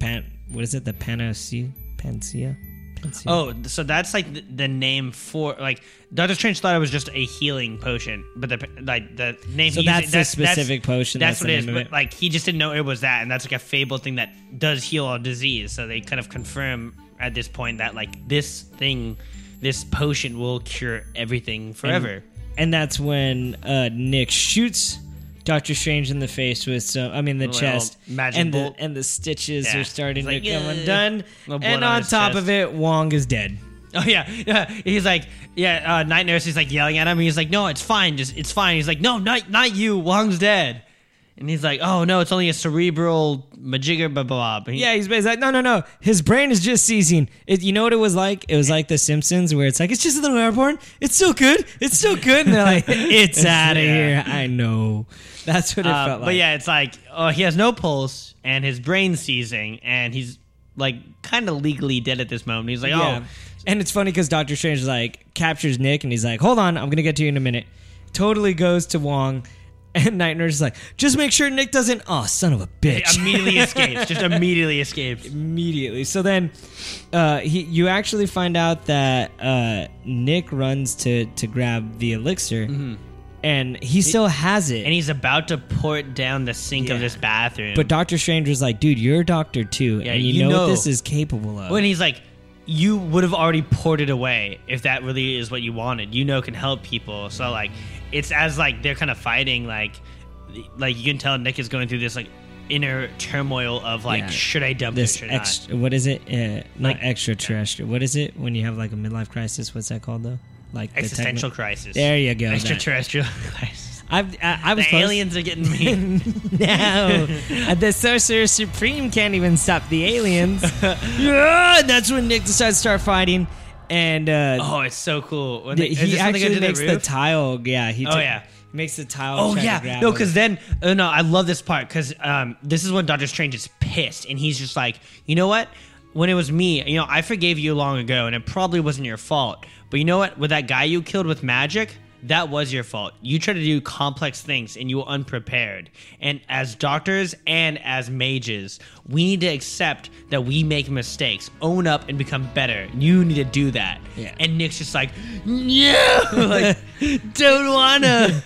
Speaker 3: pan? What is it? The panacea? Panacea? panacea?
Speaker 2: Oh, so that's like the, the name for like Doctor Strange thought it was just a healing potion, but the like the name.
Speaker 3: So
Speaker 2: he used-
Speaker 3: that's the specific potion,
Speaker 2: That's,
Speaker 3: that's
Speaker 2: what
Speaker 3: the
Speaker 2: it is.
Speaker 3: name of
Speaker 2: But
Speaker 3: it.
Speaker 2: like he just didn't know it was that, and that's like a fabled thing that does heal all disease. So they kind of confirm at this point that like this thing, this potion will cure everything forever.
Speaker 3: and that's when uh, Nick shoots Doctor Strange in the face with some. I mean, the
Speaker 2: Little
Speaker 3: chest
Speaker 2: magic
Speaker 3: and
Speaker 2: bolt.
Speaker 3: the and the stitches
Speaker 2: Yeah.
Speaker 3: are starting
Speaker 2: It's like,
Speaker 3: to come
Speaker 2: "Yeah."
Speaker 3: undone.
Speaker 2: Little blood
Speaker 3: And
Speaker 2: on
Speaker 3: on
Speaker 2: his
Speaker 3: top
Speaker 2: chest.
Speaker 3: of it, Wong is dead.
Speaker 2: Oh yeah, yeah. He's like, yeah. Uh, night nurse is like yelling at him. He's like, no, it's fine. Just it's fine. He's like, no, not not you. Wong's dead. And he's like, oh no, it's only a cerebral majigger blah blah blah. He-
Speaker 3: Yeah, he's basically like, no, no, no. His brain is just seizing. It, you know what it was like? It was like The Simpsons, where it's like, it's just a little airborne. It's so good. It's so good. And they're like, it's out of
Speaker 2: Yeah.
Speaker 3: here. I know. That's what it
Speaker 2: Uh,
Speaker 3: felt like.
Speaker 2: but yeah, it's like, oh, he has no pulse and his brain's seizing, and he's like kind of legally dead at this moment. He's like,
Speaker 3: Yeah.
Speaker 2: oh,
Speaker 3: And it's funny because Doctor Strange like captures Nick and he's like, "Hold on, I'm gonna get to you in a minute." Totally goes to Wong, and Night Nurse is like, "Just make sure Nick doesn't." Oh, son of a bitch!
Speaker 2: immediately escapes. Just immediately escapes.
Speaker 3: Immediately. So then, uh, he you actually find out that uh, Nick runs to to grab the elixir, and he still has it.
Speaker 2: Mm-hmm. and he's about to pour it down the sink of
Speaker 3: Yeah.
Speaker 2: this bathroom.
Speaker 3: but Doctor Strange was like, "Dude, you're a doctor too,
Speaker 2: Yeah,
Speaker 3: and you,
Speaker 2: you
Speaker 3: know, what
Speaker 2: know.
Speaker 3: this is capable of."
Speaker 2: when he's like, you would have already poured it away if that really is what you wanted. You know, can help people. So like, it's as like they're kind of fighting. Like, like you can tell Nick is going through this like inner turmoil of like,
Speaker 3: Yeah.
Speaker 2: should I dump this?
Speaker 3: this
Speaker 2: Should
Speaker 3: ex- what is it? Uh, not
Speaker 2: Like-
Speaker 3: extraterrestrial. What is it when you have like a midlife crisis? What's that called though? Like
Speaker 2: not?
Speaker 3: the
Speaker 2: Existential
Speaker 3: techni-
Speaker 2: crisis.
Speaker 3: There you go. that.
Speaker 2: Extraterrestrial crisis.
Speaker 3: I've, I, I was
Speaker 2: The
Speaker 3: close.
Speaker 2: aliens are getting me.
Speaker 3: no, Uh, the Sorcerer Supreme can't even stop the aliens. Yeah, and that's when Nick decides to start fighting, and uh,
Speaker 2: oh, it's so cool. When
Speaker 3: the-
Speaker 2: they- is
Speaker 3: he
Speaker 2: this when they go
Speaker 3: actually
Speaker 2: to
Speaker 3: makes the,
Speaker 2: roof?
Speaker 3: tile. Yeah, he.
Speaker 2: Oh,
Speaker 3: took-
Speaker 2: yeah.
Speaker 3: makes the tile.
Speaker 2: Oh
Speaker 3: try to
Speaker 2: yeah,
Speaker 3: grab
Speaker 2: no,
Speaker 3: him.
Speaker 2: because then uh, no, I love this part because um, this is when Doctor Strange is pissed and he's just like, you know what? When it was me, you know, I forgave you long ago, and it probably wasn't your fault. But you know what? With that guy you killed with magic, that was your fault. You tried to do complex things, and you were unprepared. And as doctors and as mages, we need to accept that we make mistakes, own up, and become better. You need to do that.
Speaker 3: Yeah.
Speaker 2: And Nick's just like, no, like, don't wanna.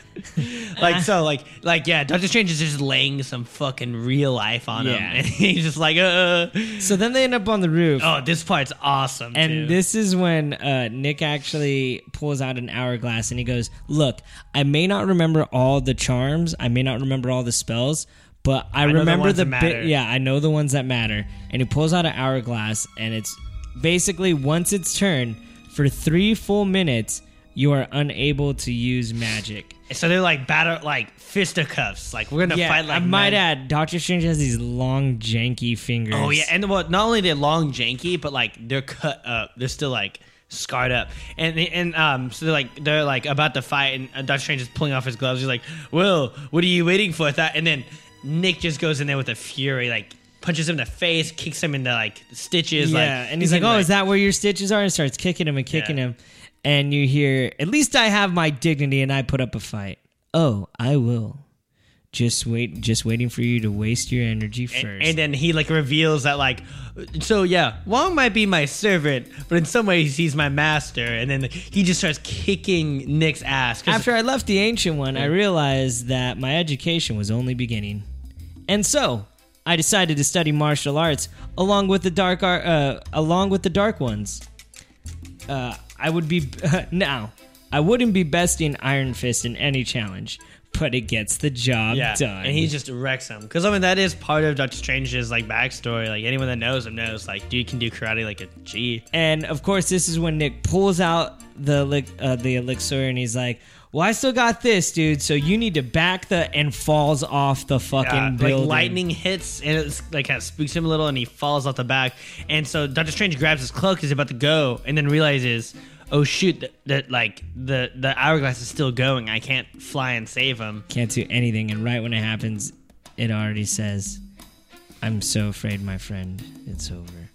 Speaker 2: like so, like like yeah, Doctor Strange is just laying some fucking real life on him,
Speaker 3: Yeah.
Speaker 2: and he's just like, uh.
Speaker 3: so then they end up on the roof.
Speaker 2: Oh, this part's awesome.
Speaker 3: And
Speaker 2: too.
Speaker 3: this is when uh, Nick actually pulls out an hourglass and he goes, Look, I may not remember all the charms, I may not remember all the spells, but I,
Speaker 2: know the
Speaker 3: remember
Speaker 2: ones
Speaker 3: the,
Speaker 2: that
Speaker 3: bi-
Speaker 2: matter."
Speaker 3: yeah, I know the ones that matter. And he pulls out an hourglass, and it's basically once it's turned for three full minutes, you are unable to use magic.
Speaker 2: so they're like batter like fisticuffs. Like we're gonna
Speaker 3: yeah,
Speaker 2: fight like
Speaker 3: I might
Speaker 2: men.
Speaker 3: add, Doctor Strange has these long, janky fingers.
Speaker 2: Oh yeah, and well, not only they're long, janky, but like they're cut up. They're still like scarred up, and and um, so they're like they're like about to fight, and uh, Doctor Strange is pulling off his gloves. He's like, "Well, what are you waiting for?" I thought, and then Nick just goes in there with a fury, like punches him in the face, kicks him into like stitches. like,
Speaker 3: yeah, and he's like,
Speaker 2: in,
Speaker 3: "Oh, is that where your stitches are?" And starts kicking him and kicking
Speaker 2: Yeah.
Speaker 3: him, and you hear, "At least I have my dignity, and I put up a fight." Oh, I will. Just wait, just waiting for you to waste your energy first.
Speaker 2: And, and then he like reveals that like, so yeah, Wong might be my servant, but in some ways he's my master. And then he just starts kicking Nick's ass. 'cause-
Speaker 3: After I left the ancient one, I realized that my education was only beginning, and so I decided to study martial arts along with the dark, ar- uh, along with the dark ones. Uh, I would be now. I wouldn't be besting Iron Fist in any challenge, but it gets the job
Speaker 2: yeah,
Speaker 3: done.
Speaker 2: and he just wrecks him. Because I mean, that is part of Doctor Strange's like backstory. Like anyone that knows him knows, like dude can do karate like a G.
Speaker 3: And of course, this is when Nick pulls out the elix- uh, the elixir and he's like, "Well, I still got this, dude. So you need to back the and falls off the fucking
Speaker 2: Yeah, like
Speaker 3: building.
Speaker 2: lightning hits and it's like kind of spooks him a little, and he falls off the back. And so Doctor Strange grabs his cloak, he's about to go, and then realizes, oh shoot, that, that like the the hourglass is still going. I can't fly and save him.
Speaker 3: Can't do anything. And right when it happens, it already says, "I'm so afraid, my friend. It's over."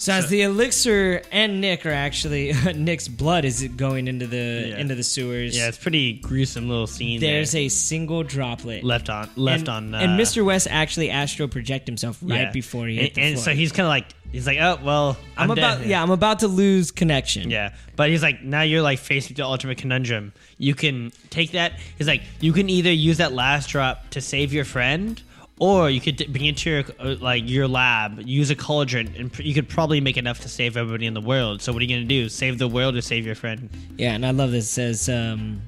Speaker 3: So as the elixir and Nick are actually Nick's blood is going into the
Speaker 2: Yeah.
Speaker 3: into the sewers.
Speaker 2: Yeah, it's pretty gruesome little scene.
Speaker 3: There's
Speaker 2: there.
Speaker 3: a single droplet
Speaker 2: left on left
Speaker 3: and,
Speaker 2: on uh,
Speaker 3: and Mr. West actually astro project himself right
Speaker 2: yeah.
Speaker 3: before he
Speaker 2: and,
Speaker 3: hit the
Speaker 2: and
Speaker 3: floor.
Speaker 2: so he's kind of like he's like, oh well,
Speaker 3: I'm,
Speaker 2: I'm,
Speaker 3: about
Speaker 2: dead.
Speaker 3: yeah, I'm about to lose connection.
Speaker 2: Yeah, but he's like, now you're like faced with the ultimate conundrum. You can take that. He's like, you can either use that last drop to save your friend, or you could d- bring it to your uh, like your lab, use a cauldron, and pr- you could probably make enough to save everybody in the world. So what are you gonna do? Save the world or save your friend?
Speaker 3: Yeah, and I love this. It says, um,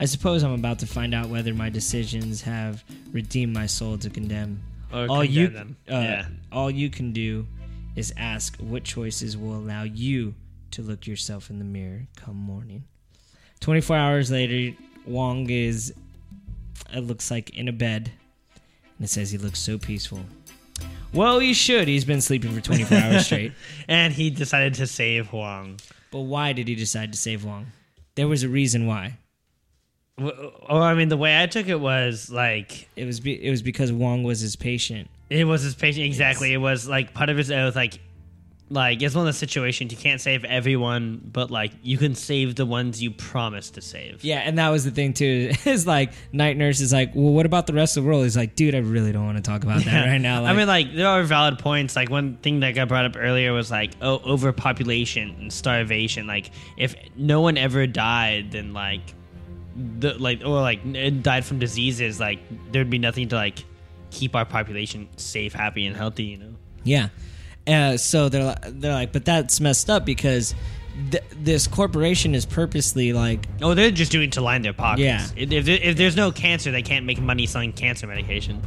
Speaker 3: I suppose I'm about to find out whether my decisions have redeemed my soul to condemn.
Speaker 2: Or
Speaker 3: all
Speaker 2: Oh, condemn
Speaker 3: you,
Speaker 2: them.
Speaker 3: Uh,
Speaker 2: Yeah.
Speaker 3: all you can do is ask what choices will allow you to look yourself in the mirror come morning. 24 hours later, Wong is, it looks like, in a bed. And it says he looks so peaceful. Well, he should. He's been sleeping for 24 hours straight.
Speaker 2: And he decided to save Huang.
Speaker 3: But why did he decide to save Wong? There was a reason why.
Speaker 2: W- Or I mean, the way I took it was like
Speaker 3: It was be- it was because Wong was his patient.
Speaker 2: It was his patient exactly. It was like part of his oath, like like it's one of those situations you can't save everyone, but like you can save the ones you promised to save.
Speaker 3: Yeah, and that was the thing too. Is like night nurse is like, well, what about the rest of the world? He's like, dude, I really don't want to talk about that right now. Like,
Speaker 2: I mean, like there are valid points. Like one thing that got brought up earlier was like, oh, overpopulation and starvation. Like if no one ever died, then like the, like or like n- died from diseases, like there'd be nothing to like keep our population safe, happy, and healthy. You know.
Speaker 3: Yeah. Uh, so they're li- they're like, but that's messed up because th- this corporation is purposely like,
Speaker 2: Oh, they're just doing it to line their pockets.
Speaker 3: Yeah.
Speaker 2: If, if, if there's no cancer, they can't make money selling cancer medication.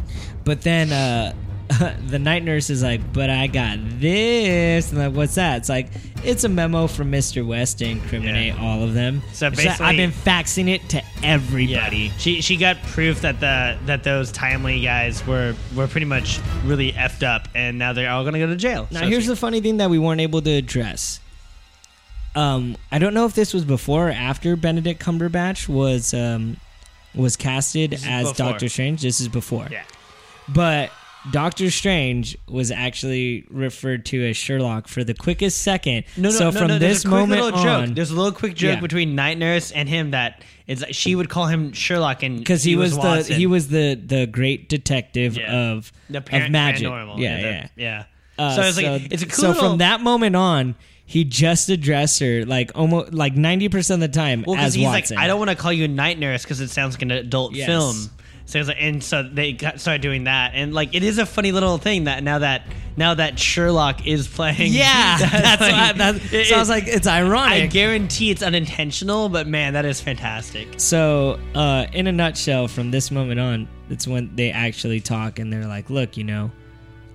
Speaker 3: but then uh, the night nurse is like, but I got this, and like, what's that? It's like it's a memo from Mister West to incriminate
Speaker 2: Yeah.
Speaker 3: all of them.
Speaker 2: So
Speaker 3: She's like, I've
Speaker 2: basically-
Speaker 3: been faxing it to everybody.
Speaker 2: She she got proof that the that those timely guys were were pretty much really effed up, and now they're all gonna go to jail.
Speaker 3: Now,
Speaker 2: So
Speaker 3: here's
Speaker 2: she-
Speaker 3: the funny thing that we weren't able to address. Um, I don't know if this was before or after Benedict Cumberbatch was um, was casted
Speaker 2: is
Speaker 3: as
Speaker 2: before.
Speaker 3: Doctor Strange. This is before,
Speaker 2: yeah.
Speaker 3: but Doctor Strange was actually referred to as Sherlock for the quickest second. so from
Speaker 2: there's
Speaker 3: this
Speaker 2: a quick
Speaker 3: moment
Speaker 2: little
Speaker 3: on,
Speaker 2: joke. there's a little quick joke
Speaker 3: Yeah.
Speaker 2: between Night Nurse and him that it's like she would call him Sherlock, and
Speaker 3: because he, was, the
Speaker 2: Watson.
Speaker 3: he was the the great detective
Speaker 2: Yeah.
Speaker 3: of
Speaker 2: the
Speaker 3: of magic.
Speaker 2: paranormal.
Speaker 3: Yeah,
Speaker 2: the-
Speaker 3: yeah.
Speaker 2: yeah.
Speaker 3: Uh,
Speaker 2: so it's like it's a cool.
Speaker 3: so
Speaker 2: little-
Speaker 3: from that moment on, he just addressed her like almost like ninety percent of the time
Speaker 2: Well,
Speaker 3: as
Speaker 2: because he's
Speaker 3: Watson.
Speaker 2: like, I don't want to call you a night nurse because it sounds like an adult
Speaker 3: Yes.
Speaker 2: film. So it's like, and so they got, started doing that, and like it is a funny little thing that now that now that Sherlock is playing,
Speaker 3: Yeah, that's
Speaker 2: like-
Speaker 3: why. That's,
Speaker 2: it-
Speaker 3: so I was
Speaker 2: it-
Speaker 3: like, it's
Speaker 2: I
Speaker 3: ironic.
Speaker 2: guarantee it's unintentional, but man, that is fantastic.
Speaker 3: so, uh, in a nutshell, from this moment on, it's when they actually talk and they're like, "Look, you know,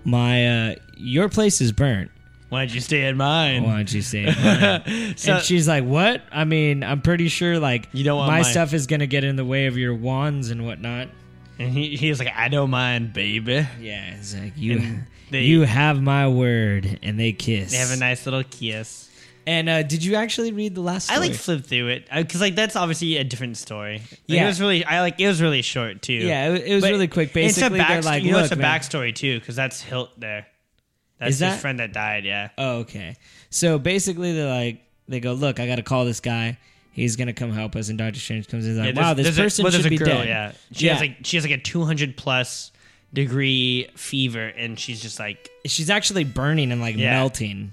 Speaker 3: my uh, your place is burnt.
Speaker 2: Why don't you stay in
Speaker 3: Why
Speaker 2: mine?
Speaker 3: don't you say?" it?"
Speaker 2: So-
Speaker 3: and she's like, "What? I mean, I'm pretty sure like
Speaker 2: You don't want
Speaker 3: my
Speaker 2: my-
Speaker 3: stuff is gonna get in the way of your wands and whatnot."
Speaker 2: and he, he was like, I don't mind, baby.
Speaker 3: Yeah, it's like you
Speaker 2: And they-
Speaker 3: you have my word, and they kiss.
Speaker 2: They have a nice little kiss.
Speaker 3: and uh, did you actually read the last?
Speaker 2: I
Speaker 3: Story?
Speaker 2: like flipped through it because like that's obviously a different story. Like,
Speaker 3: Yeah.
Speaker 2: it was really I like it was really short too.
Speaker 3: Yeah, it wa- it was really quick. Basically,
Speaker 2: it's a
Speaker 3: they're
Speaker 2: backst-
Speaker 3: like,
Speaker 2: you know, it's a
Speaker 3: "Look, man."
Speaker 2: backstory too because that's Hilt there. That's
Speaker 3: Is that-
Speaker 2: his friend that died. Yeah,
Speaker 3: Oh, okay. So basically, they're like, they go, look, I got to call this guy. He's gonna come help us. And Doctor Strange comes in, he's
Speaker 2: Yeah,
Speaker 3: like,
Speaker 2: there's-
Speaker 3: wow, this
Speaker 2: there's a-
Speaker 3: person
Speaker 2: well, there's
Speaker 3: should be
Speaker 2: a girl,
Speaker 3: dead.
Speaker 2: Yeah, she
Speaker 3: Yeah.
Speaker 2: has like she has like a 200 plus degree fever, and she's just like
Speaker 3: she's actually burning and like
Speaker 2: Yeah.
Speaker 3: melting.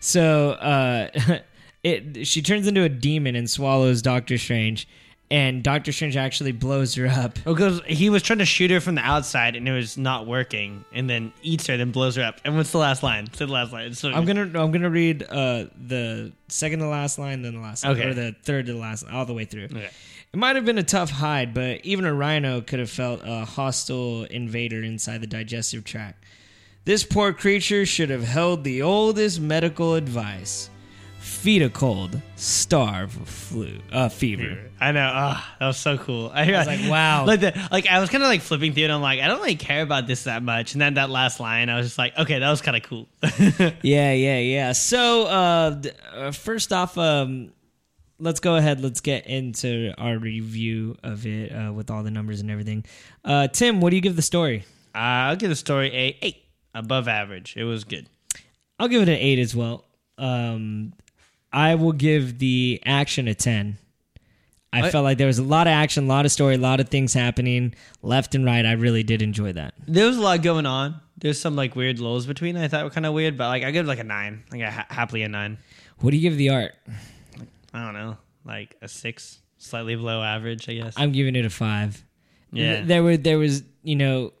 Speaker 3: So uh, it she turns into a demon and swallows Doctor Strange, and Doctor Strange actually blows her up.
Speaker 2: because Oh, he was trying to shoot her from the outside, and it was not working, and then eats her, then blows her up. And what's the last line? Say the last line. It's so
Speaker 3: I'm
Speaker 2: good.
Speaker 3: gonna I'm gonna read uh, the second to last line, then the last line,
Speaker 2: Okay.
Speaker 3: or the third to the last, all the way through.
Speaker 2: Okay.
Speaker 3: It might have been a tough hide, but even a rhino could have felt a hostile invader inside the digestive tract. This poor creature should have held the oldest medical advice: feed a cold, starve of flu, uh, fever.
Speaker 2: I know. ah, that was so cool. I,
Speaker 3: was like, wow.
Speaker 2: Like, the, like I was kind of like flipping through it. I'm like, I don't really care about this that much. And then that last line, I was just like, okay, that was kind of cool.
Speaker 3: Yeah, yeah, yeah. So, uh, th- uh, first off, um, let's go ahead. Let's get into our review of it uh, with all the numbers and everything. Uh, Tim, what do you give the story?
Speaker 2: Uh, I'll give the story a eight, above average. It was good.
Speaker 3: I'll give it an eight as well. Um, I will give the action a ten. I, felt like there was a lot of action, a lot of story, a lot of things happening left and right. I really did enjoy that.
Speaker 2: There was a lot going on. There's some like weird lulls between. I thought were kind of weird, but like I give it, like a nine, like a ha- happily a nine.
Speaker 3: What do you give the art?
Speaker 2: I don't know, like a six, slightly below average, I guess.
Speaker 3: I'm giving it a five.
Speaker 2: Yeah.
Speaker 3: Th- there were there was you know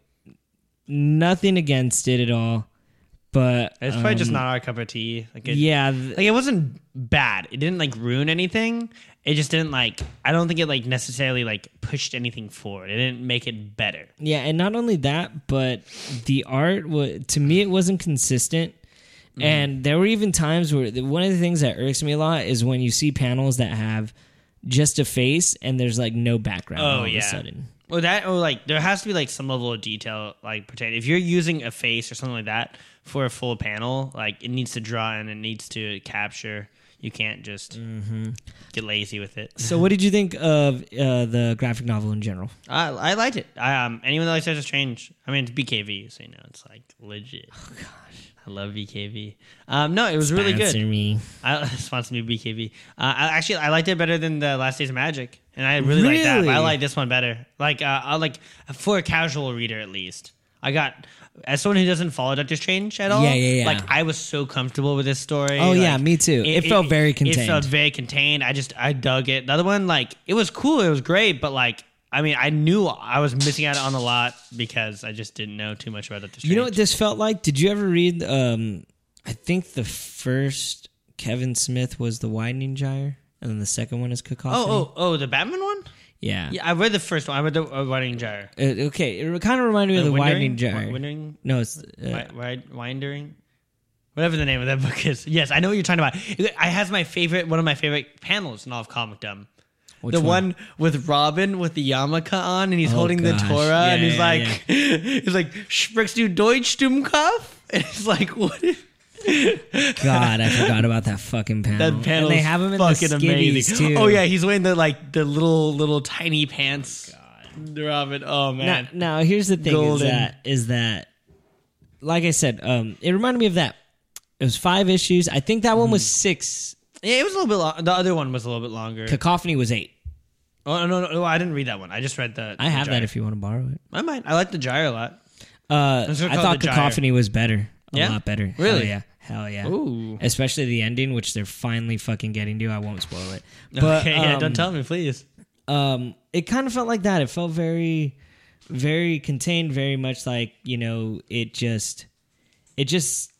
Speaker 3: nothing against it at all, but
Speaker 2: it's probably just not our cup of tea. Like it,
Speaker 3: um, yeah, th-
Speaker 2: like it wasn't bad it didn't like ruin anything it just didn't like i don't think it like necessarily like pushed anything forward it didn't make it better
Speaker 3: yeah, and not only that, but the art wa- to me it wasn't consistent.
Speaker 2: Mm-hmm.
Speaker 3: And there were even times where one of the things that irks me a lot is when you see panels that have just a face and there's like no background
Speaker 2: Oh,
Speaker 3: all
Speaker 2: yeah.
Speaker 3: of a sudden.
Speaker 2: or that or like there has to be like some level of detail like pertaining if you're using a face or something like that for a full panel like it needs to draw and it needs to capture you can't just get lazy with it
Speaker 3: So, what did you think of uh, the graphic novel in general?
Speaker 2: I, I liked it. I, um, anyone that likes Doctor Strange, I mean, it's BKV, so you know it's like legit. Oh gosh, I love BKV. Um, no, it was really good.
Speaker 3: Answer me.
Speaker 2: I sponsor me BKB. Uh, I, actually, I liked it better than the Last Days of Magic, and I really, liked that. But I
Speaker 3: Really?
Speaker 2: uh, like this one better. Like, uh, I like for a casual reader at least. I got as someone who doesn't follow Doctor Strange at all.
Speaker 3: Yeah, yeah, yeah.
Speaker 2: Like I was so comfortable with this story.
Speaker 3: Oh, yeah,
Speaker 2: like,
Speaker 3: me too. It felt very
Speaker 2: It felt
Speaker 3: contained.
Speaker 2: very contained. I just I dug it. The other one, like it was cool. It was great, but like. I mean, I knew I was missing out on a lot because I just didn't know too much about Doctor Strange.
Speaker 3: You know what this felt like? Did you ever read? Um, I think the first Kevin Smith was the Widening Gyre, and then the second one is Cacophony.
Speaker 2: Oh, oh, oh, the Batman one?
Speaker 3: yeah.
Speaker 2: Yeah, I read the first one. I read the uh, Winding Gyre.
Speaker 3: Uh, okay, it kind of reminded me of the Widening Gyre.
Speaker 2: Winding,
Speaker 3: no, it's uh,
Speaker 2: wi- wi- Winding, whatever the name of that book is. Yes, I know what you're talking about. It I has my favorite, one of my favorite panels in all of comic dumb.
Speaker 3: which
Speaker 2: the one? with Robin with the yarmulke on, and he's
Speaker 3: Oh,
Speaker 2: holding
Speaker 3: gosh.
Speaker 2: the Torah, and
Speaker 3: Yeah,
Speaker 2: he's
Speaker 3: yeah,
Speaker 2: like, he's like, "Sprichst du Deutsch, Dummkopf?" And it's like, what? Is,
Speaker 3: God, I forgot about that fucking panel.
Speaker 2: That panel.
Speaker 3: and they have him in
Speaker 2: fucking
Speaker 3: the skivvies,
Speaker 2: amazing.
Speaker 3: too.
Speaker 2: Oh yeah, he's wearing the like the little little tiny pants. Robin. Oh man.
Speaker 3: Oh, Now, now here's the thing: is
Speaker 2: Golden.
Speaker 3: that is that, like I said, um, it reminded me of that. It was five issues. I think that one was
Speaker 2: Hmm.
Speaker 3: six.
Speaker 2: Yeah, it was a little bit. Long- the other one was a little bit longer.
Speaker 3: Cacophony was eight.
Speaker 2: oh no, no, no! I didn't read that one. I just read the.
Speaker 3: I
Speaker 2: the
Speaker 3: have
Speaker 2: gyre.
Speaker 3: that if you want to borrow it.
Speaker 2: I might. I like the gyre a lot.
Speaker 3: Uh,
Speaker 2: That's what
Speaker 3: I
Speaker 2: called
Speaker 3: thought
Speaker 2: the gyre.
Speaker 3: Cacophony was better. A
Speaker 2: Yeah?
Speaker 3: lot better. Hell
Speaker 2: Really?
Speaker 3: yeah. Hell yeah.
Speaker 2: Ooh.
Speaker 3: Especially the ending, which they're finally fucking getting to. I won't spoil it.
Speaker 2: okay, yeah.
Speaker 3: um,
Speaker 2: Don't tell me, please.
Speaker 3: um, it kind of felt like that. It felt very, very contained. Very much like you know, it just, it just,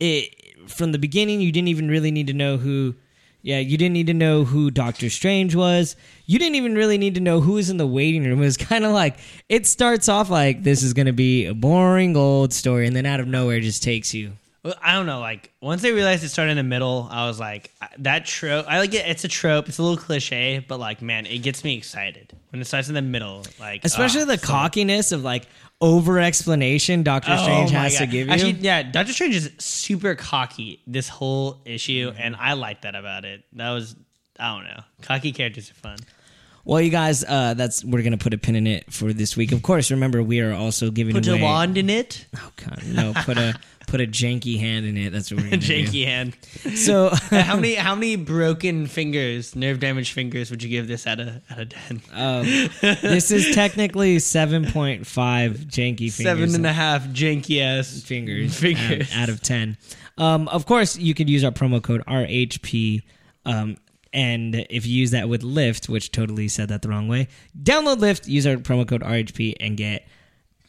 Speaker 3: it from the beginning. You didn't even really need to know who. Yeah, you didn't need to know who Doctor Strange was. You didn't even really need to know who was in the waiting room. It was kind of like it starts off like this is going to be a boring old story, and then out of nowhere just takes you.
Speaker 2: Well, I don't know. Like once I realized it started in the middle, I was like, I- that trope. I like it. It's a trope. It's a little cliche, but like, man, it gets me excited when it starts in the middle. Like,
Speaker 3: Especially
Speaker 2: ah,
Speaker 3: the
Speaker 2: so-
Speaker 3: cockiness of like over explanation Doctor Strange
Speaker 2: Oh my
Speaker 3: has to
Speaker 2: God.
Speaker 3: give you.
Speaker 2: Actually, yeah, Doctor Strange is super cocky this whole issue,
Speaker 3: Mm-hmm.
Speaker 2: and I like that about it. That was, I don't know, cocky characters are fun.
Speaker 3: Well, you guys, uh, that's we're gonna put a pin in it for this week. Of course, remember we are also giving
Speaker 2: Put
Speaker 3: away.
Speaker 2: a wand in it,
Speaker 3: Oh God, no! Put a put a janky hand in it. That's what we're gonna do.
Speaker 2: janky hand.
Speaker 3: So
Speaker 2: how many how many broken fingers, nerve damaged fingers, would you give this out of out of ten?
Speaker 3: um, this is technically seven point five janky fingers.
Speaker 2: Seven and a half janky ass
Speaker 3: fingers,
Speaker 2: Fingers.
Speaker 3: Out, out of 10. Um, of course, you could use our promo code RHP. Um, and if you use that with Lyft, which totally said that the wrong way, download Lyft, use our promo code RHP, and get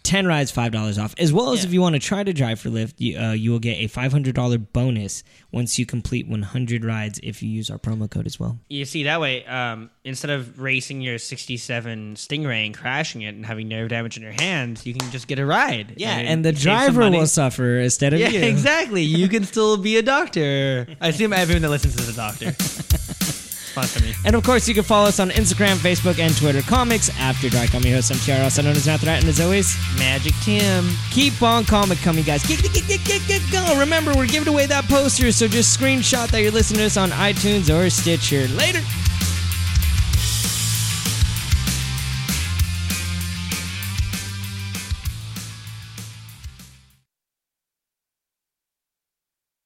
Speaker 3: 10 rides, $5 off. As well as
Speaker 2: Yeah.
Speaker 3: if you want to try to drive for Lyft, you, uh, you will get a $500 bonus once you complete 100 rides if you use our promo code as well.
Speaker 2: You see, that way, um, instead of racing your 67 Stingray and crashing it and having nerve damage in your hands, you can just get a ride.
Speaker 3: and the
Speaker 2: save some
Speaker 3: driver
Speaker 2: money.
Speaker 3: will suffer instead of
Speaker 2: Yeah,
Speaker 3: you.
Speaker 2: exactly. You can still be a doctor. I assume everyone that listens is a doctor. Sponsor me.
Speaker 3: And of course, you can follow us on Instagram, Facebook, and Twitter. Comics After Dark. I'm your host, MTR, also known as Matt and as always,
Speaker 2: Magic Tim.
Speaker 3: Um, keep on comic coming, guys. Get, get, get, get, get, get go. Remember, we're giving away that poster, so just screenshot that you're listening to us on iTunes or Stitcher. Later.